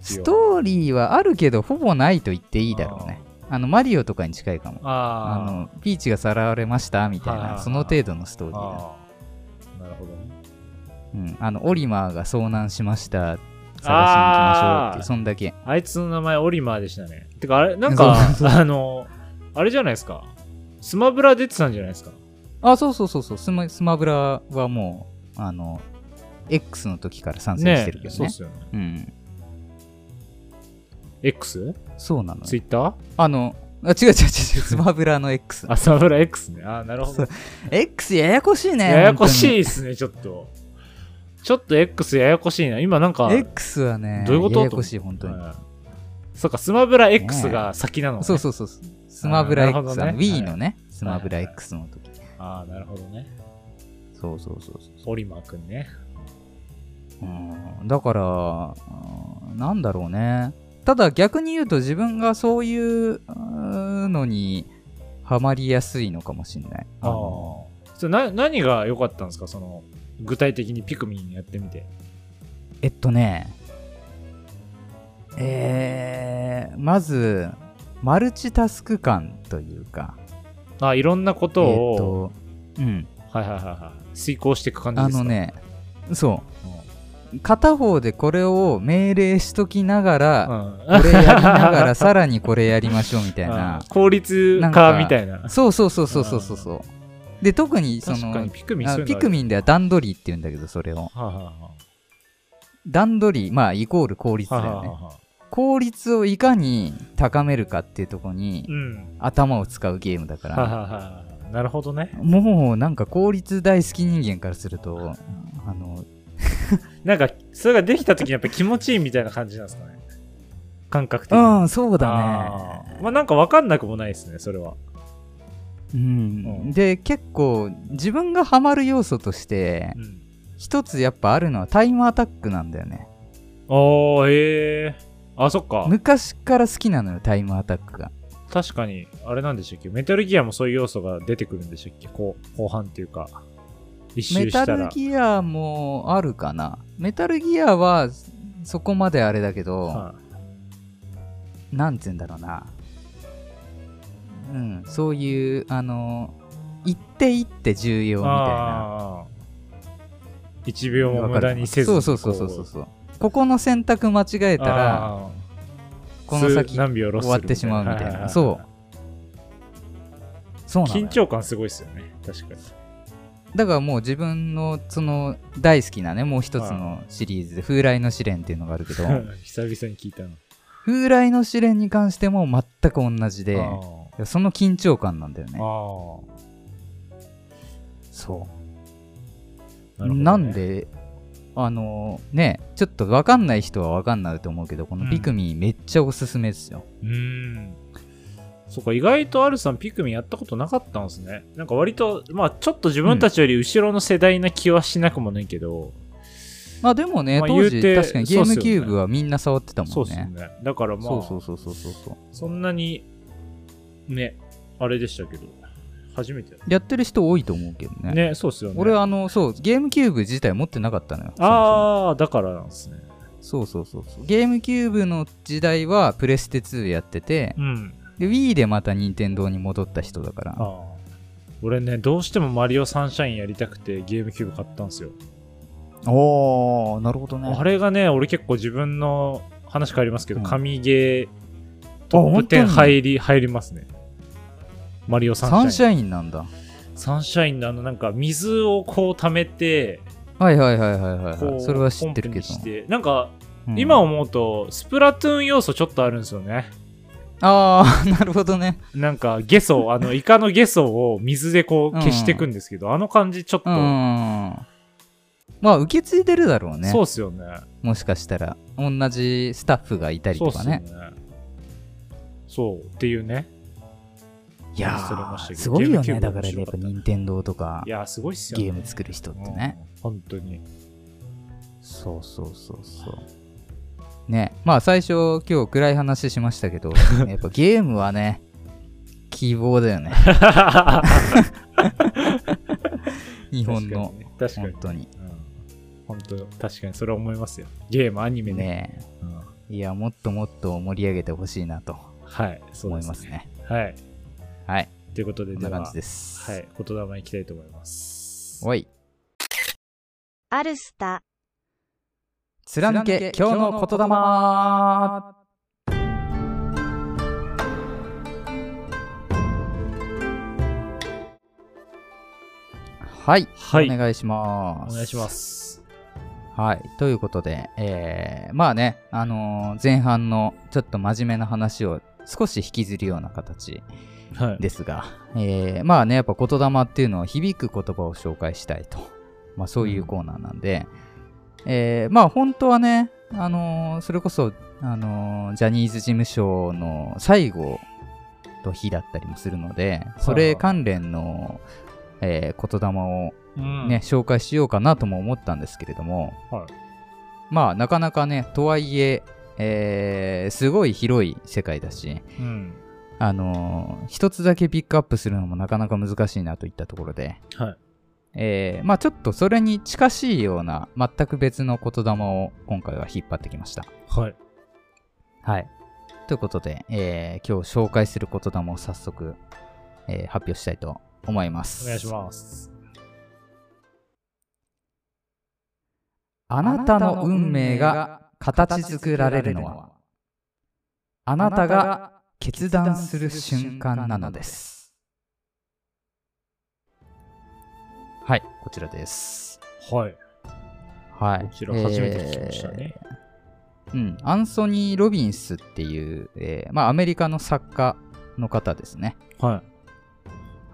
[SPEAKER 1] ス
[SPEAKER 2] ー
[SPEAKER 1] トーリーはあるけど、ほぼないと言っていいだろうね。あの、マリオとかに近いかも。あ
[SPEAKER 2] あーあ
[SPEAKER 1] の、ピーチがさらわれましたみたい
[SPEAKER 2] はいはい
[SPEAKER 1] な、
[SPEAKER 2] はい
[SPEAKER 1] その程度のストーリーだ。
[SPEAKER 2] あー。なるほどね。
[SPEAKER 1] うん。あの、オリマーが遭難しました。探しに行きましょうってい
[SPEAKER 2] あー
[SPEAKER 1] う、そんだけ。
[SPEAKER 2] あいつの名前オリマーでしたね。てかあれ、なんか、あの、あれじゃないですか。スマブラ出てたんじゃないですか。
[SPEAKER 1] あ、そうそうそうそう、スマスマブラはもう、あの、X の時から参戦してるけど
[SPEAKER 2] そ
[SPEAKER 1] ね。
[SPEAKER 2] うっすよね。
[SPEAKER 1] うん。
[SPEAKER 2] X?
[SPEAKER 1] そうなのよ
[SPEAKER 2] ツイ。ッター
[SPEAKER 1] あの、あ違う違う違 う、スマブラの X。
[SPEAKER 2] あ、スマブラ X ね。あーなるほど。
[SPEAKER 1] X ややこしいね。
[SPEAKER 2] やや
[SPEAKER 1] 本当
[SPEAKER 2] こ
[SPEAKER 1] に
[SPEAKER 2] しいですね、ちょっと。ちょっと X ややこしいな。今なんか、
[SPEAKER 1] X はね、
[SPEAKER 2] どういうこと
[SPEAKER 1] ややこしい、本当に。
[SPEAKER 2] はいそうか、スマブラ X が先なの、ね。
[SPEAKER 1] そうそうそう。スマブラ
[SPEAKER 2] あーなるほ
[SPEAKER 1] X、
[SPEAKER 2] どね
[SPEAKER 1] あの Wii の
[SPEAKER 2] はい
[SPEAKER 1] ね、スマブラ X の時。
[SPEAKER 2] ああ、なるほどね。
[SPEAKER 1] そうそうそうそう。
[SPEAKER 2] オリマーくんね。
[SPEAKER 1] うんだから、うんなんだろうね。ただ逆に言うと自分がそういううんのにハマりやすいのかもしれない。
[SPEAKER 2] ああ
[SPEAKER 1] の
[SPEAKER 2] それな何が良かったんですかその、具体的にピクミンやってみて。
[SPEAKER 1] えっとね、えー、まず、マルチタスク感というか、
[SPEAKER 2] ああ、いろんなこと
[SPEAKER 1] えっ
[SPEAKER 2] を、
[SPEAKER 1] と、うん、
[SPEAKER 2] はいはいはいはい。遂行していく感じ
[SPEAKER 1] あ
[SPEAKER 2] ですか
[SPEAKER 1] の、ね、そ
[SPEAKER 2] うん
[SPEAKER 1] う、片方でこれを命令しときながら、
[SPEAKER 2] う
[SPEAKER 1] こ
[SPEAKER 2] ん
[SPEAKER 1] れやりながらさらにこれやりましょうみたいな
[SPEAKER 2] あー効率化みたいな。
[SPEAKER 1] そうそうそうそうそうそうそうで特にそ
[SPEAKER 2] 確か
[SPEAKER 1] の
[SPEAKER 2] にピクミン
[SPEAKER 1] あ
[SPEAKER 2] そういうの
[SPEAKER 1] ピク
[SPEAKER 2] ン。
[SPEAKER 1] ミンでは段取りって言うんだけどそれを
[SPEAKER 2] はあはあは
[SPEAKER 1] 段取りまあイコール効率
[SPEAKER 2] あ
[SPEAKER 1] だ
[SPEAKER 2] はあ
[SPEAKER 1] よ
[SPEAKER 2] はあ
[SPEAKER 1] ね
[SPEAKER 2] はあ
[SPEAKER 1] 効率をいかに高めるかっていうところに
[SPEAKER 2] うん。
[SPEAKER 1] 頭を使うゲームだか
[SPEAKER 2] はあは
[SPEAKER 1] ら
[SPEAKER 2] あはあなるほどね。
[SPEAKER 1] もうなんか効率大好き人間からするとあの
[SPEAKER 2] なんか、それができた時にやっぱ気持ちいいみたいな感じなんですかね。感覚的に。
[SPEAKER 1] うんそうだね
[SPEAKER 2] あーまあなんかわかんなくもないですね、それは。
[SPEAKER 1] うん
[SPEAKER 2] うん
[SPEAKER 1] で結構自分がハマる要素として
[SPEAKER 2] うん。
[SPEAKER 1] 一つやっぱあるのはタイムアタックなんだよね
[SPEAKER 2] ああ、へえ。あ、そっか。
[SPEAKER 1] 昔から好きなのよタイムアタックが
[SPEAKER 2] 確かに、あれなんでしたっけメタルギアもそういう要素が出てくるんでしたっけ後後半っていうか。一
[SPEAKER 1] メ
[SPEAKER 2] 周し
[SPEAKER 1] タ
[SPEAKER 2] た
[SPEAKER 1] ル
[SPEAKER 2] ら。
[SPEAKER 1] ギアもあるかなメタルギアはそこまであれだけど、
[SPEAKER 2] は
[SPEAKER 1] なんて言うんだろうなうんそういうあの一手一手重
[SPEAKER 2] い
[SPEAKER 1] 要みたいな
[SPEAKER 2] あー一秒も無駄にせず
[SPEAKER 1] そ
[SPEAKER 2] に
[SPEAKER 1] うそうそうそう
[SPEAKER 2] こ
[SPEAKER 1] そうそうここの選択間違えたら
[SPEAKER 2] あー
[SPEAKER 1] この先
[SPEAKER 2] 数何秒ロスする
[SPEAKER 1] 終わってしまうみたいな
[SPEAKER 2] ははは
[SPEAKER 1] そうそうなのよ
[SPEAKER 2] 緊張感すごいですよね確かに
[SPEAKER 1] だからもう自分のその大好きなねもう一つのシリーズで「風来の試練」っていうのがあるけど
[SPEAKER 2] 久々に聞いたの
[SPEAKER 1] 風来の試練に関しても全く同じで
[SPEAKER 2] あ
[SPEAKER 1] いやその緊張感なんだよね
[SPEAKER 2] ーあ
[SPEAKER 1] そ
[SPEAKER 2] ー
[SPEAKER 1] う
[SPEAKER 2] るほどね
[SPEAKER 1] なんであのねちょっと分かんない人は分かんないと思うけどこ
[SPEAKER 2] う
[SPEAKER 1] の
[SPEAKER 2] ん
[SPEAKER 1] ピクミンめっちゃおすすめですよ、
[SPEAKER 2] うーんそっか意外とアルさんピクミンやったことなかったんですねなんか割とまあちょっと自分たちより後ろの世代な気はしなくもないけど、
[SPEAKER 1] まあでもね、
[SPEAKER 2] まあ
[SPEAKER 1] 当
[SPEAKER 2] 言
[SPEAKER 1] 時
[SPEAKER 2] うて
[SPEAKER 1] 確かにゲームキューブ
[SPEAKER 2] そうっすよね
[SPEAKER 1] はみんな触ってたもんね
[SPEAKER 2] そうですねだからまあ
[SPEAKER 1] そ
[SPEAKER 2] そう
[SPEAKER 1] そうそうそうそうそうん
[SPEAKER 2] なにねあれでしたけど初めてだ
[SPEAKER 1] やってる人多いと思うけどね
[SPEAKER 2] ねねそうっすよね
[SPEAKER 1] 俺あのそうゲームキューブ自体持ってなかったのよ
[SPEAKER 2] ああだからなんですね
[SPEAKER 1] そうそうそうそうゲームキューブの時代はプレステ2やってて、
[SPEAKER 2] うん
[SPEAKER 1] で Wii でまた任天堂に戻った人だから
[SPEAKER 2] ああ俺ねどうしてもマリオサンシャインやりたくてゲームキューブ買ったんですよ、
[SPEAKER 1] おーなるほどね
[SPEAKER 2] あれがね俺結構自分の話変わりますけど、
[SPEAKER 1] うん
[SPEAKER 2] 神ゲートッ
[SPEAKER 1] 本
[SPEAKER 2] プ
[SPEAKER 1] 当に
[SPEAKER 2] 10入り入りますねマリオサンシャ
[SPEAKER 1] サ
[SPEAKER 2] イン
[SPEAKER 1] ンシャインなんだ
[SPEAKER 2] サンシャインのあのなんか水をこう溜めて
[SPEAKER 1] はいはいはいはいはいは
[SPEAKER 2] こ
[SPEAKER 1] いうそれは知ってるけど
[SPEAKER 2] ポンプにしてなんか
[SPEAKER 1] うん
[SPEAKER 2] 今思うとスプラトゥーン要素ちょっとあるんですよね
[SPEAKER 1] ああ なるほどね
[SPEAKER 2] なんかゲソあのイカのゲソを水でこう消していくんですけど、あの感じちょっと、
[SPEAKER 1] うんまあ受け継いでるだろうね
[SPEAKER 2] そうっすよね
[SPEAKER 1] もしかしたら同じスタッフがいたり
[SPEAKER 2] そう
[SPEAKER 1] と
[SPEAKER 2] っす
[SPEAKER 1] か
[SPEAKER 2] よ
[SPEAKER 1] ね
[SPEAKER 2] ね。そうっていうね。
[SPEAKER 1] いや
[SPEAKER 2] 忘れま
[SPEAKER 1] ー
[SPEAKER 2] したけど
[SPEAKER 1] すごいよ
[SPEAKER 2] ゲー
[SPEAKER 1] ね
[SPEAKER 2] ムキュ
[SPEAKER 1] だ
[SPEAKER 2] ーブ
[SPEAKER 1] か
[SPEAKER 2] 面
[SPEAKER 1] らやっ
[SPEAKER 2] 白か
[SPEAKER 1] ぱ
[SPEAKER 2] った
[SPEAKER 1] 任天堂とか
[SPEAKER 2] いやー、すごいっすよね。
[SPEAKER 1] ゲーム作る人ってね
[SPEAKER 2] うん。本当に。
[SPEAKER 1] そうそうそうそう。ね、まあ最初今日暗い話しました けど、やっぱゲームはね、希望だよ ね。 日本の、
[SPEAKER 2] 確かにね。
[SPEAKER 1] 本当に。
[SPEAKER 2] 確かに。うん本当、確かに、それは思いますよ。ゲーム、アニメね。
[SPEAKER 1] ね
[SPEAKER 2] うん
[SPEAKER 1] いや、もっともっと盛り上げてほしいなと
[SPEAKER 2] はい、そう
[SPEAKER 1] 思
[SPEAKER 2] で
[SPEAKER 1] い
[SPEAKER 2] す
[SPEAKER 1] ま
[SPEAKER 2] ね。
[SPEAKER 1] すね。
[SPEAKER 2] はい。
[SPEAKER 1] はい、
[SPEAKER 2] ということで、
[SPEAKER 1] こん
[SPEAKER 2] で
[SPEAKER 1] な
[SPEAKER 2] は、
[SPEAKER 1] 感じで
[SPEAKER 2] は
[SPEAKER 1] す。
[SPEAKER 2] い、言霊いきたいと思います。
[SPEAKER 1] おい、
[SPEAKER 3] アルスタ、
[SPEAKER 1] 貫け今日の言霊はい、
[SPEAKER 2] はい
[SPEAKER 1] お願いしま
[SPEAKER 2] お
[SPEAKER 1] す。
[SPEAKER 2] 願いしま。す。
[SPEAKER 1] はい。ということで、えー、まあね、あのー前半のちょっと真面目な話を少し引きずるような形
[SPEAKER 2] はい。
[SPEAKER 1] ですが、えー、まあね、やっぱ言霊っていうのは響く言葉を紹介したいと。まあそういうコーナーなんで、えーまあ本当はね、あのーそれこそ、あのージャニーズ事務所の最後の日だったりもするので、それ関連の、えー言霊を
[SPEAKER 2] うん
[SPEAKER 1] ね、紹介しようかなとも思ったんですけれども、
[SPEAKER 2] はい
[SPEAKER 1] まあなかなかねとはいええーすごい広い世界だし、
[SPEAKER 2] うん。
[SPEAKER 1] あのー一つだけピックアップするのもなかなか難しいなといったところで、
[SPEAKER 2] はい。
[SPEAKER 1] えーまあちょっとそれに近しいような全く別の言霊を今回は引っ張ってきました。
[SPEAKER 2] はい。
[SPEAKER 1] はい、ということで、えー今日紹介する言霊を早速、えー発表したいと思います。
[SPEAKER 2] お願いします。
[SPEAKER 1] あなたの運命が形作られるのはあなたが決断する瞬間なのですはいこちらです
[SPEAKER 2] はい。
[SPEAKER 1] はい
[SPEAKER 2] こちら初めて聞きましたね。
[SPEAKER 1] えーうんアンソニー・ロビンスっていう、えーまあ、アメリカの作家の方ですね
[SPEAKER 2] は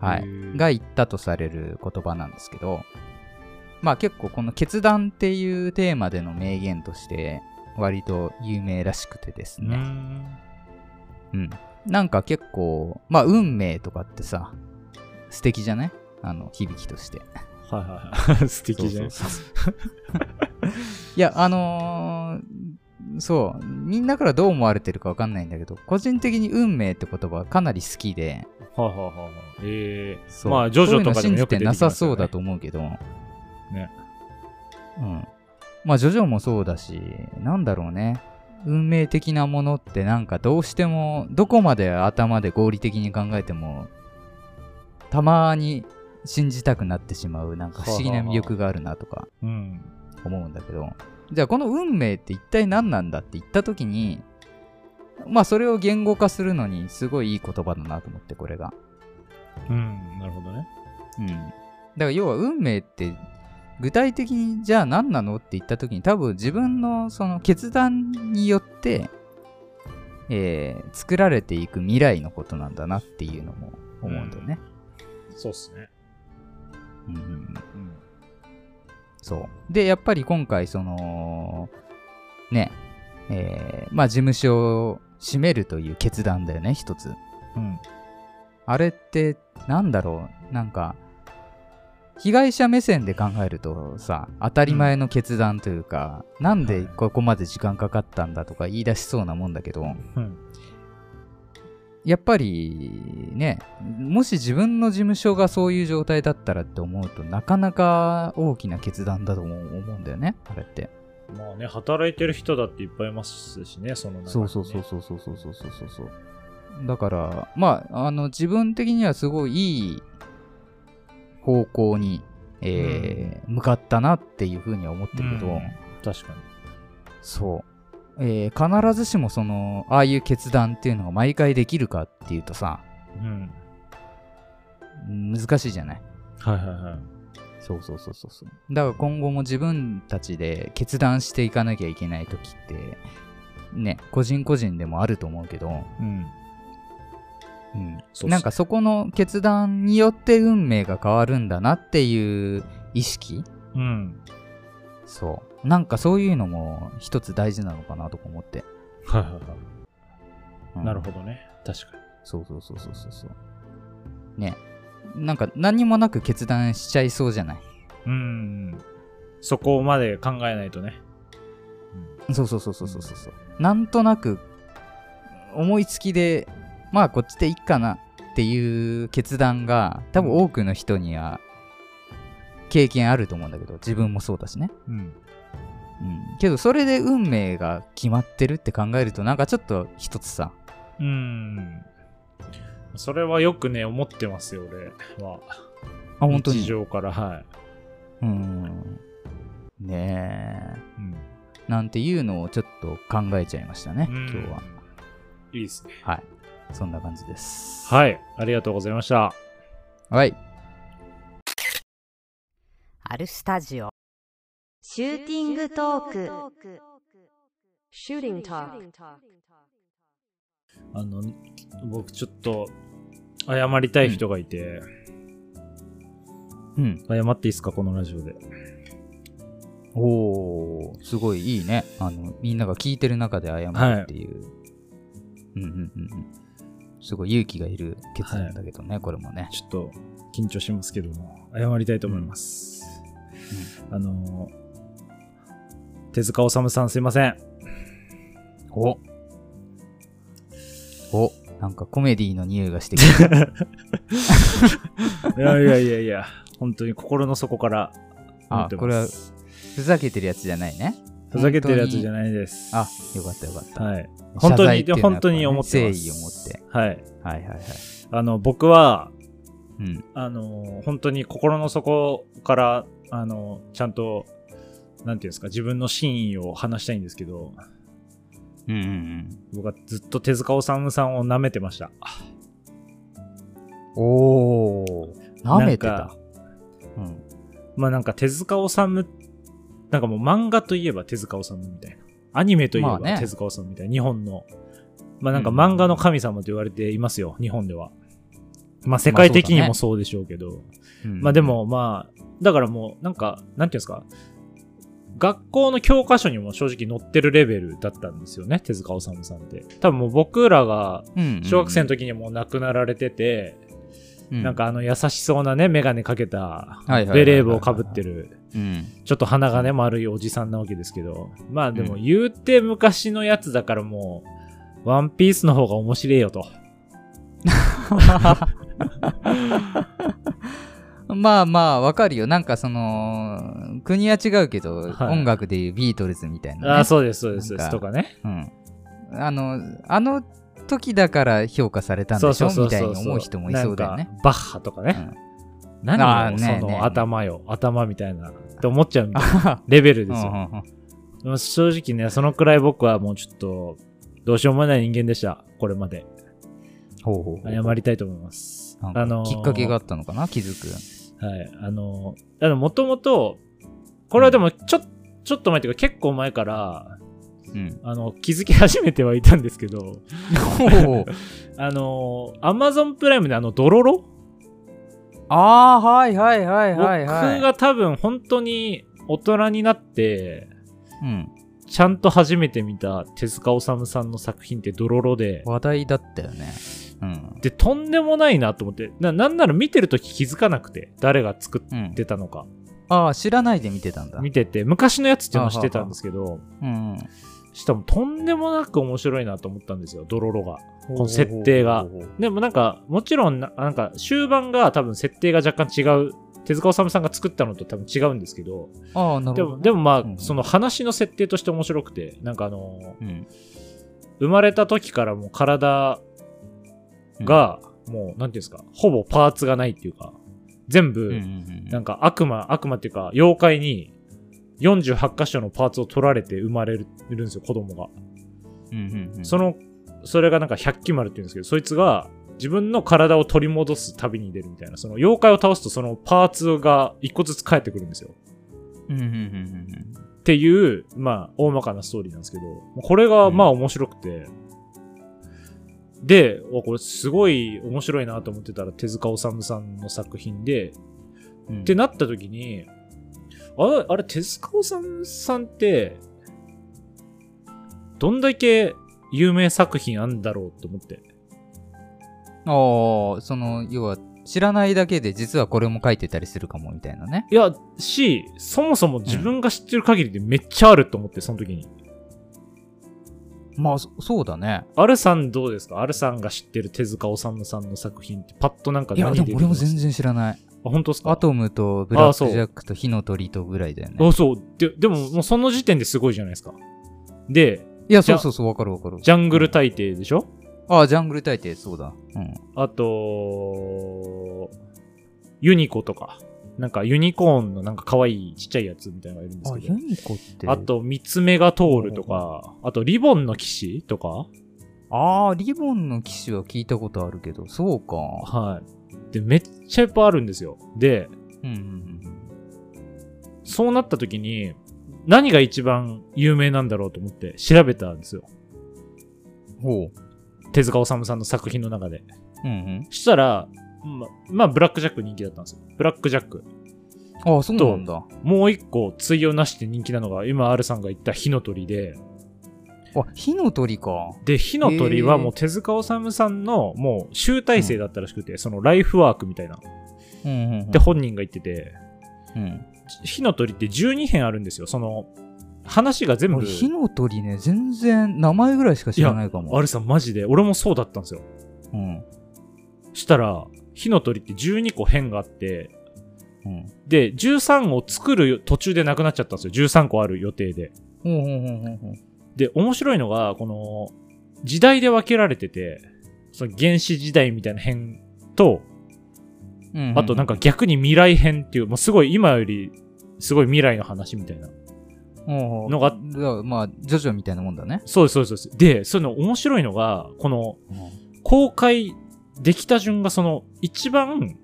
[SPEAKER 1] は
[SPEAKER 2] へ
[SPEAKER 1] い
[SPEAKER 2] ー
[SPEAKER 1] が言ったとされる言葉なんですけどまあ結構この決断っていうテーマでの名言として割と有名らしくてです
[SPEAKER 2] い。う
[SPEAKER 1] ね、
[SPEAKER 2] ーん。
[SPEAKER 1] うん。なんか結構、まあ、運命とかってさ、素敵じゃないあの、響きとして。
[SPEAKER 2] はいはいはい。 素敵じゃない
[SPEAKER 1] そうそうそういや、あのーそう、みんなからどう思われてるかわかんないんだけど、個人的に運命って言葉はかなり好きで、
[SPEAKER 2] はいはいはいはい。ええ。
[SPEAKER 1] そう
[SPEAKER 2] まあ、ジョジョと
[SPEAKER 1] そ
[SPEAKER 2] かで
[SPEAKER 1] ういうの信
[SPEAKER 2] もよ
[SPEAKER 1] じ
[SPEAKER 2] く
[SPEAKER 1] て
[SPEAKER 2] 出てき
[SPEAKER 1] な
[SPEAKER 2] ますよ
[SPEAKER 1] さ
[SPEAKER 2] ね
[SPEAKER 1] そうだと。思うけど、
[SPEAKER 2] ね。
[SPEAKER 1] うん。まあ、ジョジョもそうだし、なんだろうね。運命的なものってなんかどうしても、どこまで頭で合理的に考えても、たまに信じたくなってしまう、なんか不思議な魅力があるなとか
[SPEAKER 2] うん。
[SPEAKER 1] 思うんだけど、じゃあこの運命って一体何なんだって言った時に、まあそれを言語化するのにすごいいい言葉だなと思って、これが。
[SPEAKER 2] うん。なるほどね。
[SPEAKER 1] うん、だから要は運命って具体的にじゃあ何なのって言った時に多分自分のその決断によって、えー作られていく未来のことなんだなっていうのも思うんだよね。
[SPEAKER 2] そうっすね。
[SPEAKER 1] うんうんうん
[SPEAKER 2] うん。
[SPEAKER 1] そうでやっぱり今回そのねえーまあ事務所を閉めるという決断だよね一つ。
[SPEAKER 2] うん。
[SPEAKER 1] あれってなんだろうなんか被害者目線で考えるとさ当たり前の決断というか、なんでここまで時間かかったんだとか言い出しそうなもんだけど
[SPEAKER 2] うん。
[SPEAKER 1] やっぱりねもし自分の事務所がそういう状態だったらって思うとなかなか大きな決断だと思うんだよねあれって、
[SPEAKER 2] まあね、働いてる人だっていっぱいいますしね、その中にね
[SPEAKER 1] そうそうそう。そうそうそうそうそうそうそうだからまああの自分的にはすごいいい方向に、えー向かったなっていうふうには思ってるけど、
[SPEAKER 2] うん確かに。
[SPEAKER 1] そう、えー必ずしもそのああいう決断っていうのが毎回できるかっていうとさ
[SPEAKER 2] うん。
[SPEAKER 1] 難しいじゃない
[SPEAKER 2] はいはいはい。
[SPEAKER 1] そうそうそうそうそうだから今後も自分たちで決断していかなきゃいけない時ってね個人個人でもあると思うけど、
[SPEAKER 2] うん。
[SPEAKER 1] うん
[SPEAKER 2] そうっす
[SPEAKER 1] なんかそこの決断によって運命が変わるんだなっていう意識
[SPEAKER 2] うん。
[SPEAKER 1] そうなんかそういうのも一つ大事なのかなとか思って、
[SPEAKER 2] はいはいは
[SPEAKER 1] う
[SPEAKER 2] い。
[SPEAKER 1] ん
[SPEAKER 2] なるほどね。確かに。
[SPEAKER 1] そうそうそうそうそうそうねなんか何もなく決断しちゃいそうじゃない
[SPEAKER 2] うん。そこまで考えないとね。
[SPEAKER 1] そうそうそうそうそうそうそうなんとなく思いつきでまあこっちでいっかなっていう決断が多分多くの人には経験あると思うんだけど自分もそうだしね
[SPEAKER 2] うん。
[SPEAKER 1] うん、けどそれで運命が決まってるって考えるとなんかちょっと一つさ
[SPEAKER 2] うん。それはよくね、思ってますよ、俺は。
[SPEAKER 1] あ本当
[SPEAKER 2] 日
[SPEAKER 1] に
[SPEAKER 2] 常から、は
[SPEAKER 1] う
[SPEAKER 2] い。
[SPEAKER 1] んねえ
[SPEAKER 2] うん。
[SPEAKER 1] なんていうのをちょっと考えちゃいましたね
[SPEAKER 2] うん
[SPEAKER 1] 今日は。
[SPEAKER 2] いいですね。
[SPEAKER 1] はいそんな感じです
[SPEAKER 2] はい。ありがとうございました。
[SPEAKER 1] はい
[SPEAKER 4] アルスタジオ
[SPEAKER 3] シューティングトーク。
[SPEAKER 5] Shooting Talk.
[SPEAKER 2] あの、僕ちょっと、謝りたい人がいて、
[SPEAKER 1] うん
[SPEAKER 2] 謝っていいですか、このラジオで。
[SPEAKER 1] おー、すごいいいね。あの、みんなが聞いてる中で謝るっていう。うんうんうんうん。すごい勇気がいる決断だけどね、これもね。
[SPEAKER 2] ちょっと緊張しますけども、謝りたいと思います。あのー、手塚治虫さんすいま せん。
[SPEAKER 1] おおなんかコメディの匂いがしてきた。
[SPEAKER 2] いやいやいやいや、本当に心の底から思
[SPEAKER 1] あ
[SPEAKER 2] ってます。
[SPEAKER 1] これはふざけてるやつじゃないね。
[SPEAKER 2] ふざけてるやつじゃないです。
[SPEAKER 1] あ、よかったよかった。
[SPEAKER 2] はい。本
[SPEAKER 1] 謝
[SPEAKER 2] 当
[SPEAKER 1] 罪
[SPEAKER 2] に、
[SPEAKER 1] っていうのはやっぱね
[SPEAKER 2] 本当に思ってます。
[SPEAKER 1] 誠意を持って。
[SPEAKER 2] はい。
[SPEAKER 1] はいはいはい。
[SPEAKER 2] あの、僕は、
[SPEAKER 1] うん。
[SPEAKER 2] あの、本当に心の底から、あの、ちゃんと、なんていうんですか、自分の真意を話したいんですけど、
[SPEAKER 1] うんうんうん。
[SPEAKER 2] 僕はずっと手塚治虫さんを舐めてました。
[SPEAKER 1] おお。舐めて
[SPEAKER 2] な
[SPEAKER 1] た
[SPEAKER 2] んか。
[SPEAKER 1] うん。
[SPEAKER 2] まあなんか手塚治虫、なんかもう漫画といえば手塚治虫みたいな。アニメといえ
[SPEAKER 1] まあ
[SPEAKER 2] ば
[SPEAKER 1] ね
[SPEAKER 2] 手塚治虫みたいな、日本の。まあなんか
[SPEAKER 1] うん
[SPEAKER 2] 漫画の神様と言われていますよ、日本では。まあ世界的にもそうでしょうけど。
[SPEAKER 1] うん
[SPEAKER 2] まあで、もまあ、だからもうなんか、なんていうんですか、学校の教科書にも正直載ってるレベルだったんですよね、手塚治虫さんって。多分もう僕らが
[SPEAKER 1] うんうんうん
[SPEAKER 2] 小学生の、時にはもう亡くなられてて、
[SPEAKER 1] う
[SPEAKER 2] なん、かあの優しそうなね、メガネかけた、
[SPEAKER 1] はいはいはいはい
[SPEAKER 2] ベレー帽かぶってる、
[SPEAKER 1] うん。
[SPEAKER 2] ちょっと鼻がね、丸いおじさんなわけですけど、まあでも
[SPEAKER 1] う
[SPEAKER 2] 言うて昔のやつだからもう、ワンピースの方が面白いよと。
[SPEAKER 1] まあまあ、わかるよ。なんかその、国は違うけど、
[SPEAKER 2] はい
[SPEAKER 1] 音楽でいうビートルズみたいな、ね。
[SPEAKER 2] ああ、そうです、そうです、そうで
[SPEAKER 1] なん
[SPEAKER 2] す
[SPEAKER 1] か
[SPEAKER 2] とかね。
[SPEAKER 1] うん。あの、あの時だから評価されたんでしょみたいに思う人もいそうだよね
[SPEAKER 2] な。んかバッハとかね。
[SPEAKER 1] ああ
[SPEAKER 2] 何
[SPEAKER 1] ね
[SPEAKER 2] よ、
[SPEAKER 1] え
[SPEAKER 2] そ
[SPEAKER 1] ねえ
[SPEAKER 2] の頭よ、頭みたいなって思っちゃうみたい なレベルですよ。でも正直ね、そのくらい僕はもうちょっと、どうしようもない人間でした、これまで。
[SPEAKER 1] ほうほう
[SPEAKER 2] 謝りたいと思います。
[SPEAKER 1] あのきっかけがあったのかな気づく。
[SPEAKER 2] はい。あの、あの、もともと、これはでも、ちょ、ちょっと前っていうか、結構前から、
[SPEAKER 1] うん。
[SPEAKER 2] あの、気づき始めてはいたんですけど、
[SPEAKER 1] ほう
[SPEAKER 2] あの、アマゾンプライムであの、ドロロ
[SPEAKER 1] ああ、はいはいはい
[SPEAKER 2] 僕
[SPEAKER 1] はい、はい。
[SPEAKER 2] が多分、本当に大人になって、
[SPEAKER 1] うん、
[SPEAKER 2] ちゃんと初めて見た手塚治虫さんの作品ってドロロで、
[SPEAKER 1] 話題だったよね。うん。
[SPEAKER 2] で、とんでもないなと思って、な、なんなら見てるとき気づかなくて、誰が作
[SPEAKER 1] う
[SPEAKER 2] っ
[SPEAKER 1] ん、
[SPEAKER 2] てたのか、
[SPEAKER 1] ああ、知らないで見てたんだ。
[SPEAKER 2] 見てて、昔のやつっていうのを知ってたんですけど、
[SPEAKER 1] うん、
[SPEAKER 2] しかもとんでもなく面白いなと思ったんですよ、ドロロが。この設定が
[SPEAKER 1] ほうほうほうほう。
[SPEAKER 2] でもなんか、もちろんな、なんか終盤が多分設定が若干違う、手塚治虫さんが作ったのと多分違うんですけど、
[SPEAKER 1] ああ、な
[SPEAKER 2] で
[SPEAKER 1] るほど、
[SPEAKER 2] もでもまあ
[SPEAKER 1] う、ん
[SPEAKER 2] その話の設定として面白くて、なんかあのー
[SPEAKER 1] うん、
[SPEAKER 2] 生まれた時からもう体が、もう、なんていうんですか、ほぼパーツがないっていうか、全
[SPEAKER 1] うん、うん
[SPEAKER 2] 部、
[SPEAKER 1] うん
[SPEAKER 2] なんか悪魔、悪魔っていうか、妖怪に48箇所のパーツを取られて生まれるいるんですよ、子供が。
[SPEAKER 1] うんうんうん
[SPEAKER 2] その、それがなんか百鬼丸っていうんですけど、そいつが自分の体を取り戻す旅に出るみたいな、その妖怪を倒すとそのパーツが一個ずつ返ってくるんですよ。
[SPEAKER 1] うんうんうんうん
[SPEAKER 2] っていう、まあ、大まかなストーリーなんですけど、これが、
[SPEAKER 1] うん
[SPEAKER 2] まあ、面白くて、で、わこれすごい面白いなと思ってたら、手塚治虫さんの作品で、
[SPEAKER 1] うん
[SPEAKER 2] ってなった時に、あれ、あれ手塚治虫さんって、どんだけ有名作品あんだろうと思って。
[SPEAKER 1] ああ、その、要は、知らないだけで、実はこれも書いてたりするかも、みたいなね。
[SPEAKER 2] いや、し、そもそも自分が知ってる限りでめっちゃあると思って、その時に。
[SPEAKER 1] まあ、そそうだね。
[SPEAKER 2] アルさんどうですかアルさんが知ってる手塚治虫さんの作品ってパッとなんか
[SPEAKER 1] いや、
[SPEAKER 2] 何
[SPEAKER 1] で
[SPEAKER 2] 出
[SPEAKER 1] も
[SPEAKER 2] てき
[SPEAKER 1] 俺も
[SPEAKER 2] ます
[SPEAKER 1] 全然知らない。
[SPEAKER 2] あ、本当ですか
[SPEAKER 1] アトムとブラックジャックと火の鳥とぐらいだよね
[SPEAKER 2] あ、。そう。で、でももうその時点ですごいじゃないですか。で、
[SPEAKER 1] いや、そうそうそう、わかるわかる。
[SPEAKER 2] ジャングル大帝でしょ
[SPEAKER 1] ああ、ジャングル大帝、そうだ。うん。
[SPEAKER 2] あと、ユニコとか。なんかユニコーンのなんか可愛いちっちゃいやつみたいなのがいるんです
[SPEAKER 1] あ、
[SPEAKER 2] け
[SPEAKER 1] ユ
[SPEAKER 2] ど。
[SPEAKER 1] ニコって。
[SPEAKER 2] あ、と、三つ目が通るとか、あと、リボンの騎士とか。
[SPEAKER 1] ああ、リボンの騎士は聞いたことあるけど、そうか。
[SPEAKER 2] はい。で、めっちゃいっぱいあるんですよ。で、
[SPEAKER 1] うんうん
[SPEAKER 2] そうなった時に、何が一番有名なんだろうと思って調べたんですよ。
[SPEAKER 1] うん。ほ
[SPEAKER 2] 手塚治虫さんの作品の中で。
[SPEAKER 1] う。うんうん。
[SPEAKER 2] そしたら、ま、まあ、ブラックジャック人気だったんですよ。ブラックジャック。
[SPEAKER 1] ああ、そうなんだ。
[SPEAKER 2] もう一個、対応なしで人気なのが、今、R さんが言った火の鳥で、
[SPEAKER 1] あ、火の鳥か。
[SPEAKER 2] で、火の鳥はもう手塚治虫さんのもう集大成だったらしくて、そのライフワークみたいな。
[SPEAKER 1] うんうん、うん。
[SPEAKER 2] で、本人が言ってて、
[SPEAKER 1] うん、
[SPEAKER 2] 火の鳥って12編あるんですよ。その、話が全部
[SPEAKER 1] 俺、、火の鳥ね、全然、名前ぐらいしか知らないかも。
[SPEAKER 2] R さんマジで、俺もそうだったんですよ。
[SPEAKER 1] うん。
[SPEAKER 2] したら、火の鳥って12個編があって、
[SPEAKER 1] うん。
[SPEAKER 2] で、13を作る途中でなくなっちゃったんですよ。13個ある予定で。
[SPEAKER 1] ほうほうほうほうほう。
[SPEAKER 2] で、面白いのが、この、時代で分けられてて、その原始時代みたいな編と、
[SPEAKER 1] うんうん
[SPEAKER 2] あとなんか、逆に未来編っていう、もうすごい今より、すごい未来の話みたいな。の
[SPEAKER 1] の
[SPEAKER 2] が
[SPEAKER 1] まあ、ジョジョみたいなもんだね。
[SPEAKER 2] そうです、そうですそうです。で、そういうの面白いのが、この、公開できた順がその一番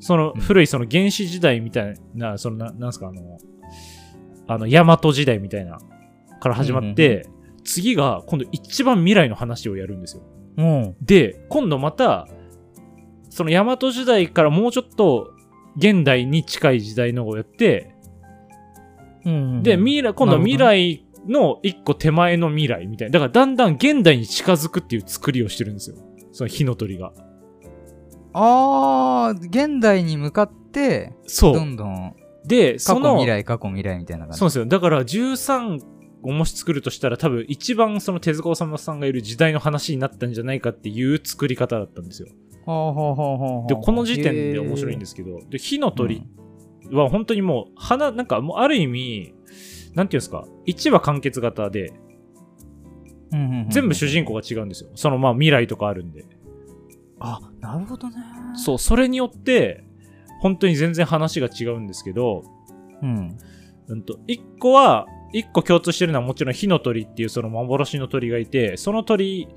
[SPEAKER 2] その
[SPEAKER 1] うん
[SPEAKER 2] 古いその原始時代みたいな、そのななんすかあのあの大和時代みたいなから始まって、次が今度一番未来の話をやるんですよ
[SPEAKER 1] うん。
[SPEAKER 2] で今度またその大和時代からもうちょっと現代に近い時代のをやって
[SPEAKER 1] うん
[SPEAKER 2] で未来今度は
[SPEAKER 1] なる
[SPEAKER 2] 未
[SPEAKER 1] ほど
[SPEAKER 2] 来の一個手前の未来みたいなだからだんだん現代に近づくっていう作りをしてるんですよその火の鳥が
[SPEAKER 1] あー、現代に向かって、
[SPEAKER 2] そう
[SPEAKER 1] どんどん、
[SPEAKER 2] で、
[SPEAKER 1] 過
[SPEAKER 2] そ
[SPEAKER 1] 去
[SPEAKER 2] の、
[SPEAKER 1] 未来、過去未来みたいな感じ。
[SPEAKER 2] そうですよ。だから13をもし作るとしたら多分一番その手塚治虫さんがいる時代の話になったんじゃないかっていう作り方だったんですよ。
[SPEAKER 1] ほうほうほうほうほう
[SPEAKER 2] で、この時点で面白いんですすけど、で、火の鳥は本当にもう、花、なんかもうある意味、なんていうんですか、1話完結型で、全部主人
[SPEAKER 1] 公。
[SPEAKER 2] 公が違うんですよ。そのまあ未来とかあるんで。
[SPEAKER 1] あ、なるほどね。
[SPEAKER 2] そう、それによって、本当に全然話が違うんですけど、
[SPEAKER 1] うん。
[SPEAKER 2] うんと、一個は、一個共通してるのはもちろん火の鳥っていうその幻の鳥がいて、その鳥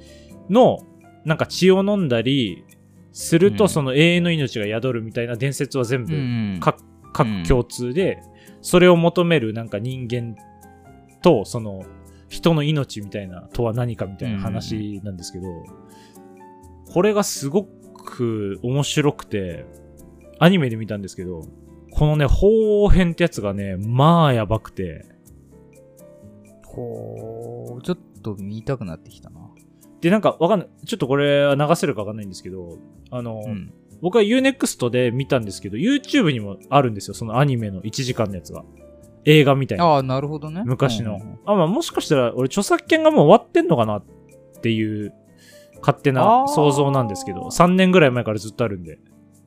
[SPEAKER 2] のなんか血を飲んだりする
[SPEAKER 1] う
[SPEAKER 2] と
[SPEAKER 1] ん
[SPEAKER 2] その永遠の命が宿るみたいな伝説は全
[SPEAKER 1] う
[SPEAKER 2] 部
[SPEAKER 1] ん。
[SPEAKER 2] 各、
[SPEAKER 1] うん
[SPEAKER 2] 各共通で、それを求めるなんか人間とその人の命みたいなとは何かみたいな話なんですけど、これがすごく面白くて、アニメで見たんですけど、このね、鳳凰編ってやつがね、まあやばくて、
[SPEAKER 1] ほう、ちょっと見たくなってきたな。
[SPEAKER 2] で、なんかわかんない、ちょっとこれは流せるかわかんないんですけど、あの、
[SPEAKER 1] うん。
[SPEAKER 2] 僕は Unext で見たんですけど、YouTube にもあるんですよ、そのアニメの1時間のやつが。映画みたいな。
[SPEAKER 1] あー、なるほどね。
[SPEAKER 2] 昔
[SPEAKER 1] う
[SPEAKER 2] の。
[SPEAKER 1] ん
[SPEAKER 2] あ、まあもしかしたら俺著作権がもう終わってんのかなっていう勝手な
[SPEAKER 1] あー
[SPEAKER 2] 想像なんですけど、3年ぐらい前からずっとあるんで、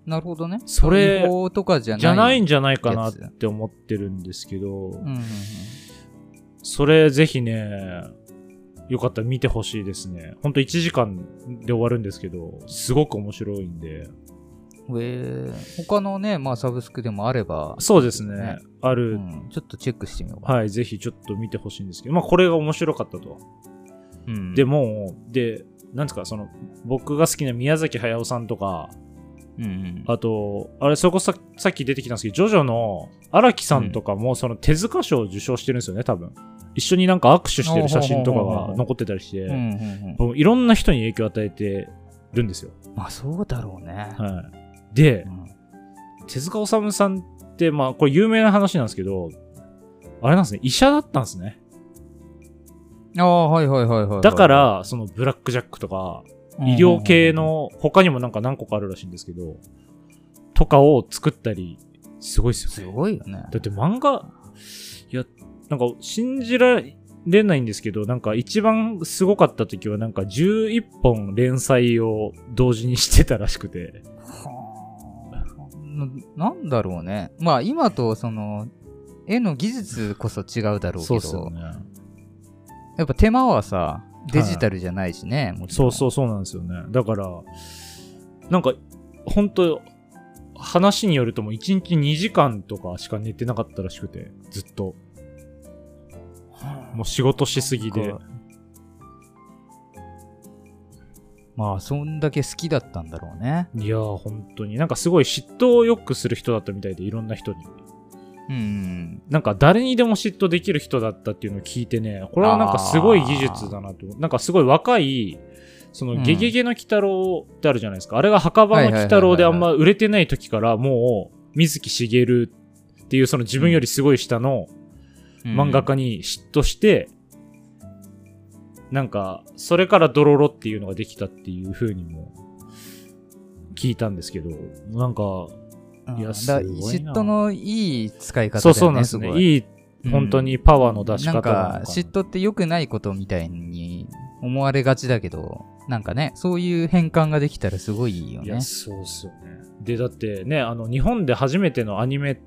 [SPEAKER 1] なるほどね。
[SPEAKER 2] それ
[SPEAKER 1] 違法とかじゃない。
[SPEAKER 2] じゃないんじゃないかな
[SPEAKER 1] や
[SPEAKER 2] っ
[SPEAKER 1] つ
[SPEAKER 2] て思ってるんですけど、
[SPEAKER 1] うんうんうん。
[SPEAKER 2] それぜひね、よかったら見てほしいですね。ほんと1時間で終わるんですけど、すごく面白いんで。
[SPEAKER 1] えー、他のね、まあ、サブスクでもあれば、
[SPEAKER 2] そうですね。
[SPEAKER 1] ね
[SPEAKER 2] あ
[SPEAKER 1] う
[SPEAKER 2] る、
[SPEAKER 1] ん、ちょっとチェックしてみようかな。
[SPEAKER 2] はい、ぜひちょっと見てほしいんですけど、まあこれが面白かったと。
[SPEAKER 1] うん
[SPEAKER 2] で、もう、で、なんですか、その、僕が好きな宮崎駿さんとか、
[SPEAKER 1] うんうん、
[SPEAKER 2] あと、あれ、それこそささっき出てきたんですけど、ジョジョの荒木さんとかも、その手塚賞を受賞してるんですよね、多分。一緒になんか握手してる写真とかが残ってたりして、
[SPEAKER 1] うんうんうん
[SPEAKER 2] もういろんな人に影響を与えてるんですよ。
[SPEAKER 1] まあそうだろうね。
[SPEAKER 2] はい。で
[SPEAKER 1] う、ん
[SPEAKER 2] 手塚治虫さんって、まあ、これ有名な話なんですけど、あれなんですね、医者だったんですね。
[SPEAKER 1] ああ、はいはいはいはいはい。
[SPEAKER 2] だから、そのブラックジャックとか、
[SPEAKER 1] うんうんう
[SPEAKER 2] 医
[SPEAKER 1] ん、
[SPEAKER 2] 療系の、他にもなんか何個かあるらしいんですけど、とかを作ったり、すごいですよね。
[SPEAKER 1] すごいよね。
[SPEAKER 2] だって漫画、いや、なんか信じられないんですけど、なんか一番すごかった時はなんか11本連載を同時にしてたらしくて。
[SPEAKER 1] ななんだろうね。まあ今とその、絵の技術こそ違うだろうけ
[SPEAKER 2] っ
[SPEAKER 1] ど、
[SPEAKER 2] ね。
[SPEAKER 1] やっぱ手間はさ、デジタルじゃないしね、もち
[SPEAKER 2] そ
[SPEAKER 1] ろん。
[SPEAKER 2] うそううそうなんですよね。だから、なんか、本当話によるともう1日2時間とかしか寝てなかったらしくて、ずっと。もう仕事しすぎで
[SPEAKER 1] なん。まあそんだけ好きだったんだろうね。
[SPEAKER 2] いやー、本当に。なんかすごい嫉妬をよくする人だったみたいで、いろんな人に。
[SPEAKER 1] うん
[SPEAKER 2] なんか誰にでも嫉妬できる人だったっていうのを聞いてね、これはなんかすごい技術だなと。なんかすごい若い、その
[SPEAKER 1] うん
[SPEAKER 2] ゲゲゲの鬼太郎ってあるじゃないですか。あれが墓場の鬼太郎であんま売れてない時からもう、水木しげるっていうその自分よりすごい下の漫画家に嫉妬して、なんかそれからドロロっていうのができたっていう風にも聞いたんですけどなんか
[SPEAKER 1] うん
[SPEAKER 2] いや
[SPEAKER 1] だ
[SPEAKER 2] すごい
[SPEAKER 1] 嫉
[SPEAKER 2] な
[SPEAKER 1] 妬のいい使い方だよね
[SPEAKER 2] そうそうなんですね
[SPEAKER 1] ご
[SPEAKER 2] いい本当にパワーの出し
[SPEAKER 1] なん
[SPEAKER 2] 方な
[SPEAKER 1] か
[SPEAKER 2] のかな
[SPEAKER 1] 嫉妬って良くないことみたいに思われがちだけどなんかねそういう変換ができたらすごいいいよ
[SPEAKER 2] い
[SPEAKER 1] ね
[SPEAKER 2] や、そうっすよね。で、だってね、あの、日本で初めてのアニメっ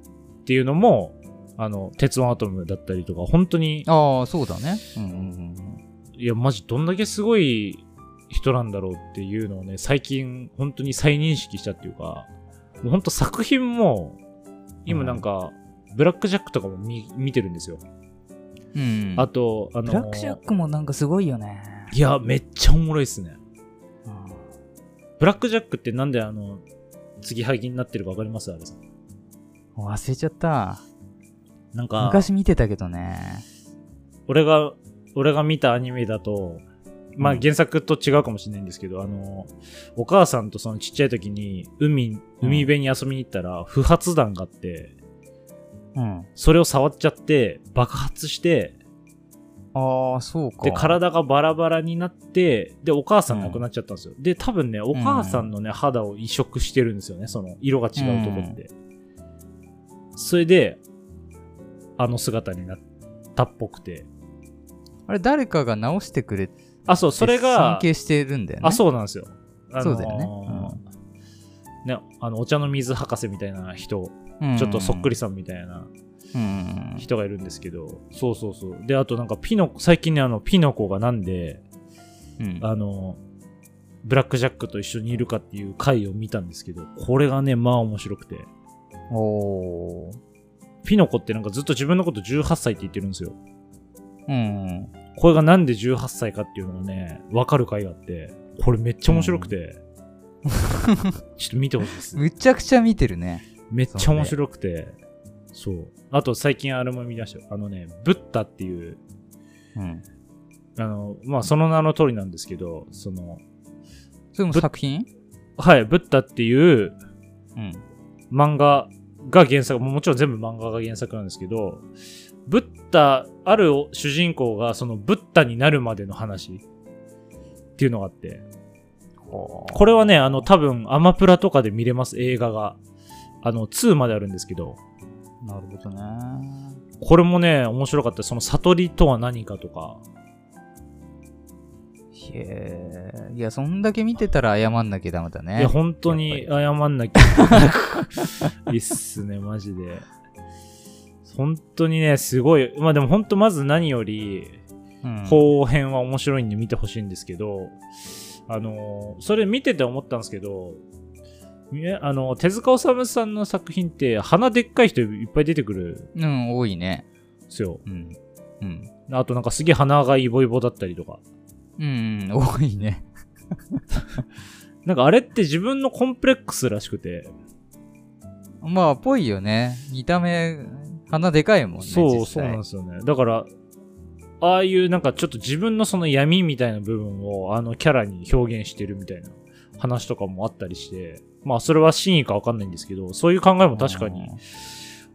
[SPEAKER 2] ていうのも、あの、鉄腕アトムだったりとか、本当に、
[SPEAKER 1] ああそうだねうんうん
[SPEAKER 2] いや、マジどんだけすごい人なんだろうっていうのをね、最近、本当に再認識したっていうか、もう本当作品も、今なんか、ブラックジャックとかも見見てるんですよ。
[SPEAKER 1] うんうん、うん
[SPEAKER 2] あと、あのー、
[SPEAKER 1] ブラックジャックもなんかすごいよね
[SPEAKER 2] いや、めっちゃおもろいっすね。
[SPEAKER 1] うん
[SPEAKER 2] ブラックジャックってなんであの、継ぎはぎになってるかわかりますあれさん。
[SPEAKER 1] 忘れちゃった
[SPEAKER 2] なんか、
[SPEAKER 1] 昔見てたけどね
[SPEAKER 2] 俺が、俺が見たアニメだと、まあ
[SPEAKER 1] うん
[SPEAKER 2] 原作と違うかもしれないんですけど、あの、お母さんとそのちっちゃい時に海、海辺に遊びに行ったら不発弾があって、
[SPEAKER 1] うん
[SPEAKER 2] それを触っちゃって爆発して、
[SPEAKER 1] ああそうか
[SPEAKER 2] で、体がバラバラになって、で、お母さん亡くなっちゃったんですよ。で、多分ね、お母さんのね、肌を移植してるんですよね、その、色が違うとこって。それで、あの姿になったっぽくて。
[SPEAKER 1] あれ誰かが直してくれて
[SPEAKER 2] あ、そう、それが
[SPEAKER 1] 尊、敬してるんだよね
[SPEAKER 2] あ、そうなんですよ。
[SPEAKER 1] そうだよね
[SPEAKER 2] ねあのお茶の水博士みたいな人、
[SPEAKER 1] うん、
[SPEAKER 2] ちょっとそっくりさんみたいな
[SPEAKER 1] うん
[SPEAKER 2] 人がいるんですけど、そうそうそう。で、あとなんかピノ、最近ね、あの、ピノコがなんで、
[SPEAKER 1] うん
[SPEAKER 2] あの、ブラックジャックと一緒にいるかっていう回を見たんですけど、これがね、まあ面白くて。
[SPEAKER 1] おー
[SPEAKER 2] ピノコってなんかずっと自分のこと18歳って言ってるんですよ。
[SPEAKER 1] うん
[SPEAKER 2] これがなんで18歳かっていうのがね、わかる回があって、これめっちゃ面白くて、 ちょっと見てほしいです。
[SPEAKER 1] むちゃくちゃ見てるね
[SPEAKER 2] めっちゃ面白くて、そう,、あと最近あれも見ましたよ。あのね、ブッダっていう、
[SPEAKER 1] うん
[SPEAKER 2] あの、まあその名の通りなんですけど、その、
[SPEAKER 1] それも作品
[SPEAKER 2] はい、ブッダっていう
[SPEAKER 1] うん
[SPEAKER 2] 漫画が原作、もうもちろん全部漫画が原作なんですけど、ブッダ、ある主人公がそのブッダになるまでの話っていうのがあって、
[SPEAKER 1] こ
[SPEAKER 2] これはね、あの多分アマプラとかで見れます、映画が。あの、2まであるんですけど、
[SPEAKER 1] なるほどね
[SPEAKER 2] これもね、面白かった。その悟りとは何かとか、
[SPEAKER 1] いやいやそんだけ見てたら謝んなきゃダメだね
[SPEAKER 2] いや、本当に謝んなきゃいけない。いいっ すね、マジで。本当にね、すごい。まあでも本当まず何より、
[SPEAKER 1] うん
[SPEAKER 2] 後編は面白いんで見てほしいんですけど、あのー、それ見てて思ったんですけど、みあの、手塚治虫さんの作品って鼻でっかい人いっぱい出てくるん
[SPEAKER 1] うん多いね
[SPEAKER 2] ですよ。
[SPEAKER 1] うんうん
[SPEAKER 2] あとなんかすげえ鼻がイボイボだったりとか。
[SPEAKER 1] うん多いね
[SPEAKER 2] なんかあれって自分のコンプレックスらしくて、
[SPEAKER 1] まあぽいよね見た目鼻でかいもんね
[SPEAKER 2] そう
[SPEAKER 1] 実際
[SPEAKER 2] そうなんですよねだからああいうなんかちょっと自分のその闇みたいな部分をあのキャラに表現してるみたいな話とかもあったりしてまあそれは真意かわかんないんですけどそういう考えも確かに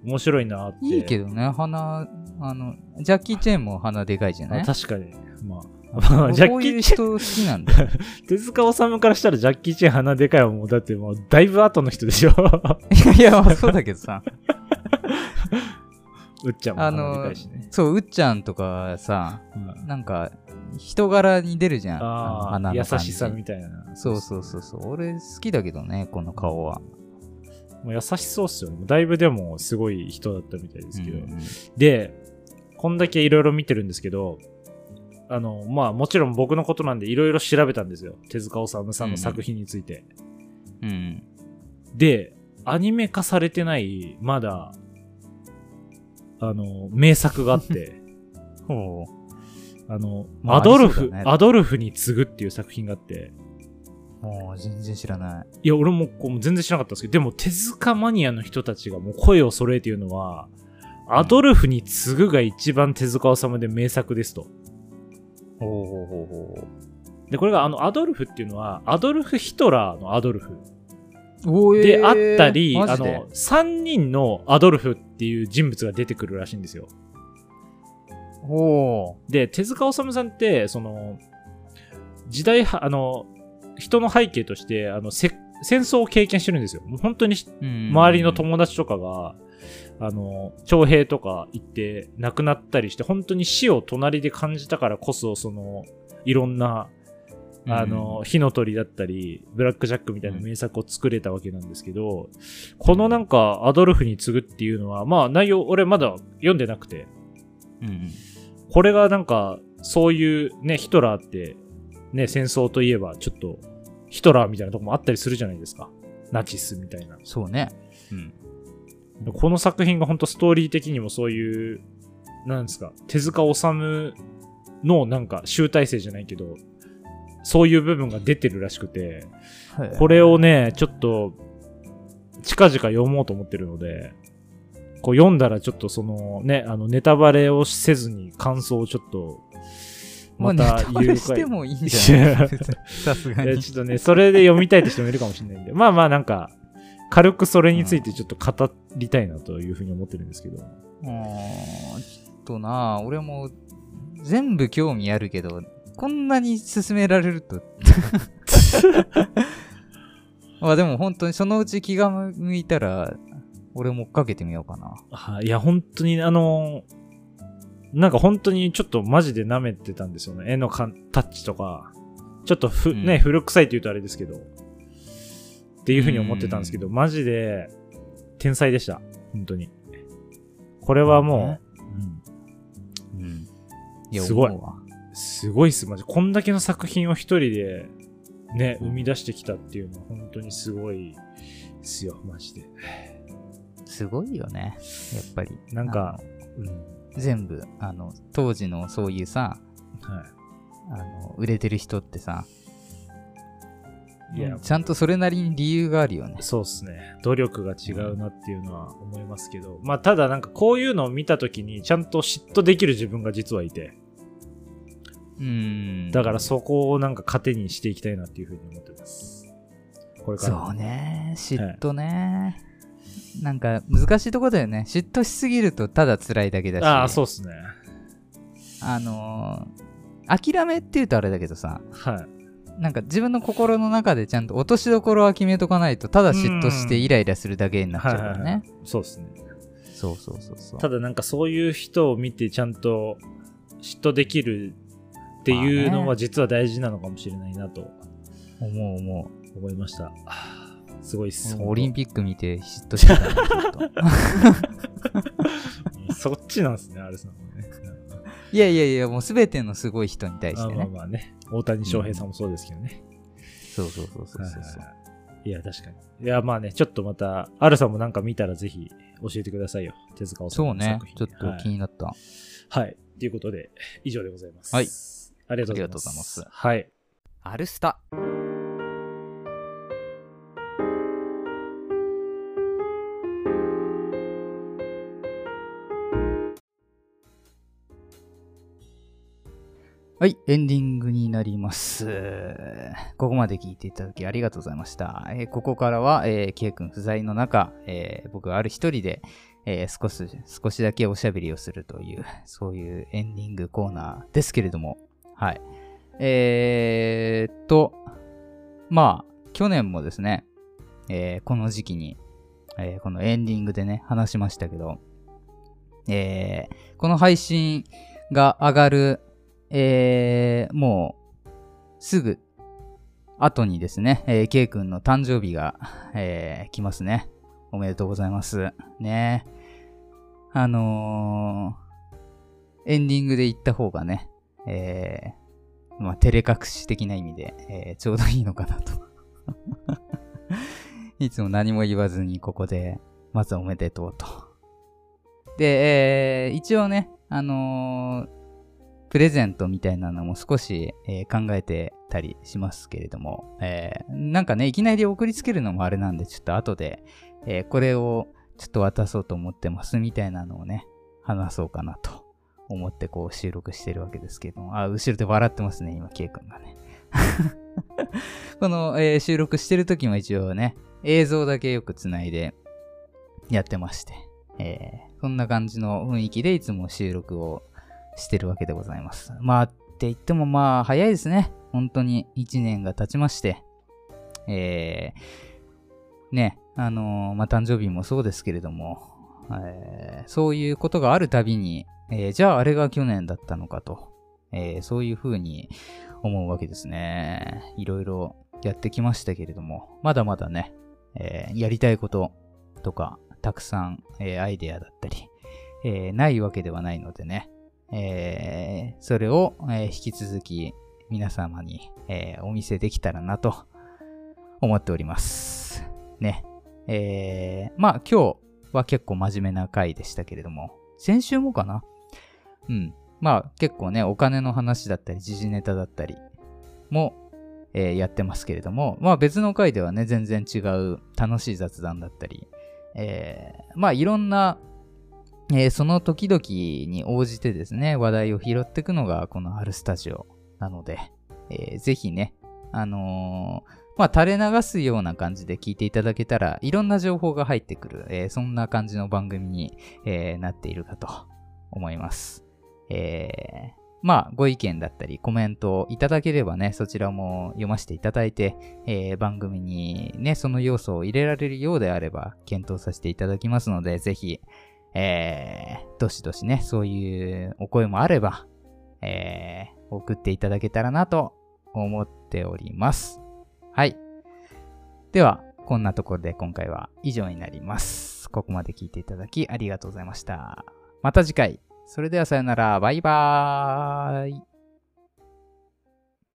[SPEAKER 2] 面白いなって
[SPEAKER 1] いいけどね鼻あのジャッキー・チェーンも鼻でかいじゃない
[SPEAKER 2] あ確かにまあまあ ジャ
[SPEAKER 1] こ
[SPEAKER 2] ッ
[SPEAKER 1] う
[SPEAKER 2] キ
[SPEAKER 1] いう
[SPEAKER 2] ー・チェン
[SPEAKER 1] 人好きなんだよ
[SPEAKER 2] 手塚治虫からしたらジャッキー・チェン鼻でかいはもうだってもうだいぶ後の人でしょ
[SPEAKER 1] いやまあそうだけどさ
[SPEAKER 2] うっちゃんも
[SPEAKER 1] あ
[SPEAKER 2] 鼻でか
[SPEAKER 1] の
[SPEAKER 2] いしね、
[SPEAKER 1] そううっちゃんとかさ
[SPEAKER 2] うん
[SPEAKER 1] なんか人柄に出るじゃんあの
[SPEAKER 2] あ
[SPEAKER 1] 鼻
[SPEAKER 2] あ
[SPEAKER 1] の
[SPEAKER 2] 優
[SPEAKER 1] 感じ
[SPEAKER 2] しさみたいな
[SPEAKER 1] そうそうそうそう俺好きだけどねこの顔は、
[SPEAKER 2] もう優しそうっすよねだいぶでもすごい人だったみたいですけど、
[SPEAKER 1] うん
[SPEAKER 2] で、こんだけいろいろ見てるんですけど、あの、まあもちろん僕のことなんでいろいろ調べたんですよ。手塚治虫さんの作品について。
[SPEAKER 1] うん
[SPEAKER 2] で、アニメ化されてない、まだ、あの、名作があって、
[SPEAKER 1] ほ
[SPEAKER 2] あの、
[SPEAKER 1] まあ
[SPEAKER 2] アドルフ、
[SPEAKER 1] ありそうだね
[SPEAKER 2] アドルフに次ぐっていう作品があって、
[SPEAKER 1] うもう全然知らない
[SPEAKER 2] いや、俺もこう全然知らなかったんですけど、でも手塚マニアの人たちがもう声を揃えて言うのは、アドルフに次ぐが一番手塚治虫で名作ですと。
[SPEAKER 1] ほうほうほうほ
[SPEAKER 2] で、これがあの、アドルフっていうのは、アドルフ・ヒトラーのアドルフ
[SPEAKER 1] おえ
[SPEAKER 2] で
[SPEAKER 1] ー
[SPEAKER 2] あったり、
[SPEAKER 1] マ
[SPEAKER 2] あ
[SPEAKER 1] ジで
[SPEAKER 2] の3人のアドルフっていう人物が出てくるらしいんですよ
[SPEAKER 1] ほ
[SPEAKER 2] で手塚治虫さんってその時代はあの人の背景としてあのせ戦争を経験してるんですよもう本当に
[SPEAKER 1] ううん
[SPEAKER 2] 周りの友達とかが、あの徴兵とか行って亡くなったりして本当に死を隣で感じたからこそそのいろんなあの、火の鳥だったり、ブラックジャックみたいな名作を作れたわけなんですけど、このなんか、アドルフに次ぐっていうのは、まあ内容、俺まだ読んでなくて、
[SPEAKER 1] うんうん
[SPEAKER 2] これがなんか、そういうね、ヒトラーって、ね、戦争といえば、ちょっと、ヒトラーみたいなとこもあったりするじゃないですか。ナチスみたいな。
[SPEAKER 1] そうねうん
[SPEAKER 2] この作品が本当ストーリー的にもそういう、なんですか、手塚治虫のなんか集大成じゃないけど、そういう部分が出てるらしくて、
[SPEAKER 1] はい
[SPEAKER 2] これをね、ちょっと、近々読もうと思ってるので、こう読んだらちょっとそのね、あの、ネタバレをせずに感想をちょっと、
[SPEAKER 1] まあ
[SPEAKER 2] ま
[SPEAKER 1] ネ
[SPEAKER 2] た
[SPEAKER 1] タバ
[SPEAKER 2] 言
[SPEAKER 1] レ
[SPEAKER 2] う
[SPEAKER 1] してもいいん
[SPEAKER 2] い
[SPEAKER 1] じゃない
[SPEAKER 2] や
[SPEAKER 1] 別に さすが
[SPEAKER 2] 回
[SPEAKER 1] に
[SPEAKER 2] でちょっとね、それで読みたいって人もいるかもしれないんで、まあまあなんか、軽くそれについてちょっと語りたいなというふうに思ってるんですけど。
[SPEAKER 1] うーんちょっとな俺も全部興味あるけどこんなに勧められると まあでも本当にそのうち気が向いたら俺も追っかけてみようかな
[SPEAKER 2] はい、いや、本当に、あのなんか本当にちょっとマジで舐めてたんですよね。絵のかんタッチとか、ちょっとふ、
[SPEAKER 1] うん
[SPEAKER 2] ね、古臭いって言うとあれですけど、っていうふうに思ってたんですけど、マジで、天才でした。本当に。これはもう、
[SPEAKER 1] うんいや
[SPEAKER 2] すごい
[SPEAKER 1] 思うわ
[SPEAKER 2] うんすごいっす、マジ。こんだけの作品を一人で、ね、生み出してきたっていうのは本当にすごいっすよ、マジで。
[SPEAKER 1] すごいよねやっぱり
[SPEAKER 2] なんか、うん。
[SPEAKER 1] 全部あの当時のそういうさ
[SPEAKER 2] は
[SPEAKER 1] あの売れてる人ってさ
[SPEAKER 2] い。いや、
[SPEAKER 1] ちゃんとそれなりに理由があるよね
[SPEAKER 2] そうですね努力が違うなっていうのは思いますけど、まあただなんかこういうのを見た時にちゃんと嫉妬できる自分が実はいて
[SPEAKER 1] うん
[SPEAKER 2] だからそこをなんか糧にしていきたいなっていうふうに思ってますこれからも
[SPEAKER 1] そうね、嫉妬ね。なんか難しいとこだよね。嫉妬しすぎるとただ辛いだけだし、
[SPEAKER 2] ああそうですね
[SPEAKER 1] あのー諦めって言うとあれだけどさ、
[SPEAKER 2] はい
[SPEAKER 1] なんか自分の心の中でちゃんと落としどころは決めとかないと、ただ嫉妬してイライラするだけになっちゃうから
[SPEAKER 2] はいはいは
[SPEAKER 1] ね。
[SPEAKER 2] そうですね
[SPEAKER 1] そうそうそうそう。
[SPEAKER 2] ただなんかそういう人を見てちゃんと嫉妬できるっていうの
[SPEAKER 1] まあ
[SPEAKER 2] は実は大事なのかもしれないなと
[SPEAKER 1] 思う思
[SPEAKER 2] 思いました、はあすごいっす
[SPEAKER 1] う。オリン
[SPEAKER 2] ピ
[SPEAKER 1] ピック見て嫉妬してた んだちょっと
[SPEAKER 2] ックそっちなんですねあれさんも ね
[SPEAKER 1] いやいやいや、もう全てのすごい人に対し
[SPEAKER 2] あ
[SPEAKER 1] て
[SPEAKER 2] まあ
[SPEAKER 1] ね。
[SPEAKER 2] まあね大谷翔平さんもそうですけどね、
[SPEAKER 1] そうそうそうそうそうそう。
[SPEAKER 2] いや確かにいやまあねちょっとまたアルさんもなんか見たらぜひ教えてくださいよ手塚治虫
[SPEAKER 1] そう
[SPEAKER 2] の
[SPEAKER 1] ね
[SPEAKER 2] 作品、
[SPEAKER 1] ちょっと気になった。
[SPEAKER 2] はい、はい、ということで以上でございます
[SPEAKER 1] はい
[SPEAKER 2] ありがとうございますはい
[SPEAKER 4] アルスタ
[SPEAKER 1] はい、エンディングになります。ここまで聞いていただきありがとうございました。えーここからは、えー、ケイ君不在の中、えー僕はある一人で、えー少し、少しだけおしゃべりをするという、そういうエンディングコーナーですけれども、はい。えーっと、まあ、去年もですね、えーこの時期に、えーこのエンディングでね、話しましたけど、えーこの配信が上がる、えーもう、すぐ、後にですね、えー、K 君の誕生日が、えー来ますね。おめでとうございます。ねあのーエンディングで言った方がね、えーまあ、照れ隠し的な意味で、えーちょうどいいのかなと。 いつも何も言わずにここで、まずはおめでとうと。で、えー一応ね、あのープレゼントみたいなのも少し、えー考えてたりしますけれども、えーなんかね、いきなり送りつけるのもあれなんで、ちょっと後で、えーこれをちょっと渡そうと思ってますみたいなのをね、話そうかなと思ってこう収録してるわけですけども、あ、後ろで笑って ますね、今、ケイ君がね。この、えー収録してる時も一応ね、映像だけよくつないでやってまして、えーそんな感じの雰囲気でいつも収録をしてるわけでございます。まあ、って言ってもまあ、早いですね。本当に1年が経ちまして、えーね、あのーまあ、誕生日もそうですけれども、えーそういうことがあるたびに、えーじゃああれが去年だったのかと、えーそういうふうに思うわけですね。いろいろやってきましたけれども、まだまだね、えーやりたいこととか、たくさん、えーアイデアだったり、えーないわけではないのでね、えーそれを、えー引き続き皆様に、えーお見せできたらなと思っております。ね。えーまあ今日は結構真面目な回でしたけれども、先週もかなうん。まあ結構ね、お金の話だったり、時事ネタだったりも、えーやってますけれども、まあ別の回ではね、全然違う楽しい雑談だったり、えーまあいろんな、えーその時々に応じてですね、話題を拾っていくのがこの R スタジオなので、えーぜひね、あのーまあ垂れ流すような感じで聞いていただけたらいろんな情報が入ってくる、えーそんな感じの番組に、えーなっているかと思います。えーまあ、ご意見だったり、コメントをいただければね、そちらも読ませていただいて、えー番組にね、その要素を入れられるようであれば、検討させていただきますので、ぜひ、えーどしどしね、そういうお声もあれば、えー送っていただけたらなと思っております。はい。では、こんなところで今回は以上になります。ここまで聞いていただきありがとうございました。また次回。それではさよなら。バイバーイ。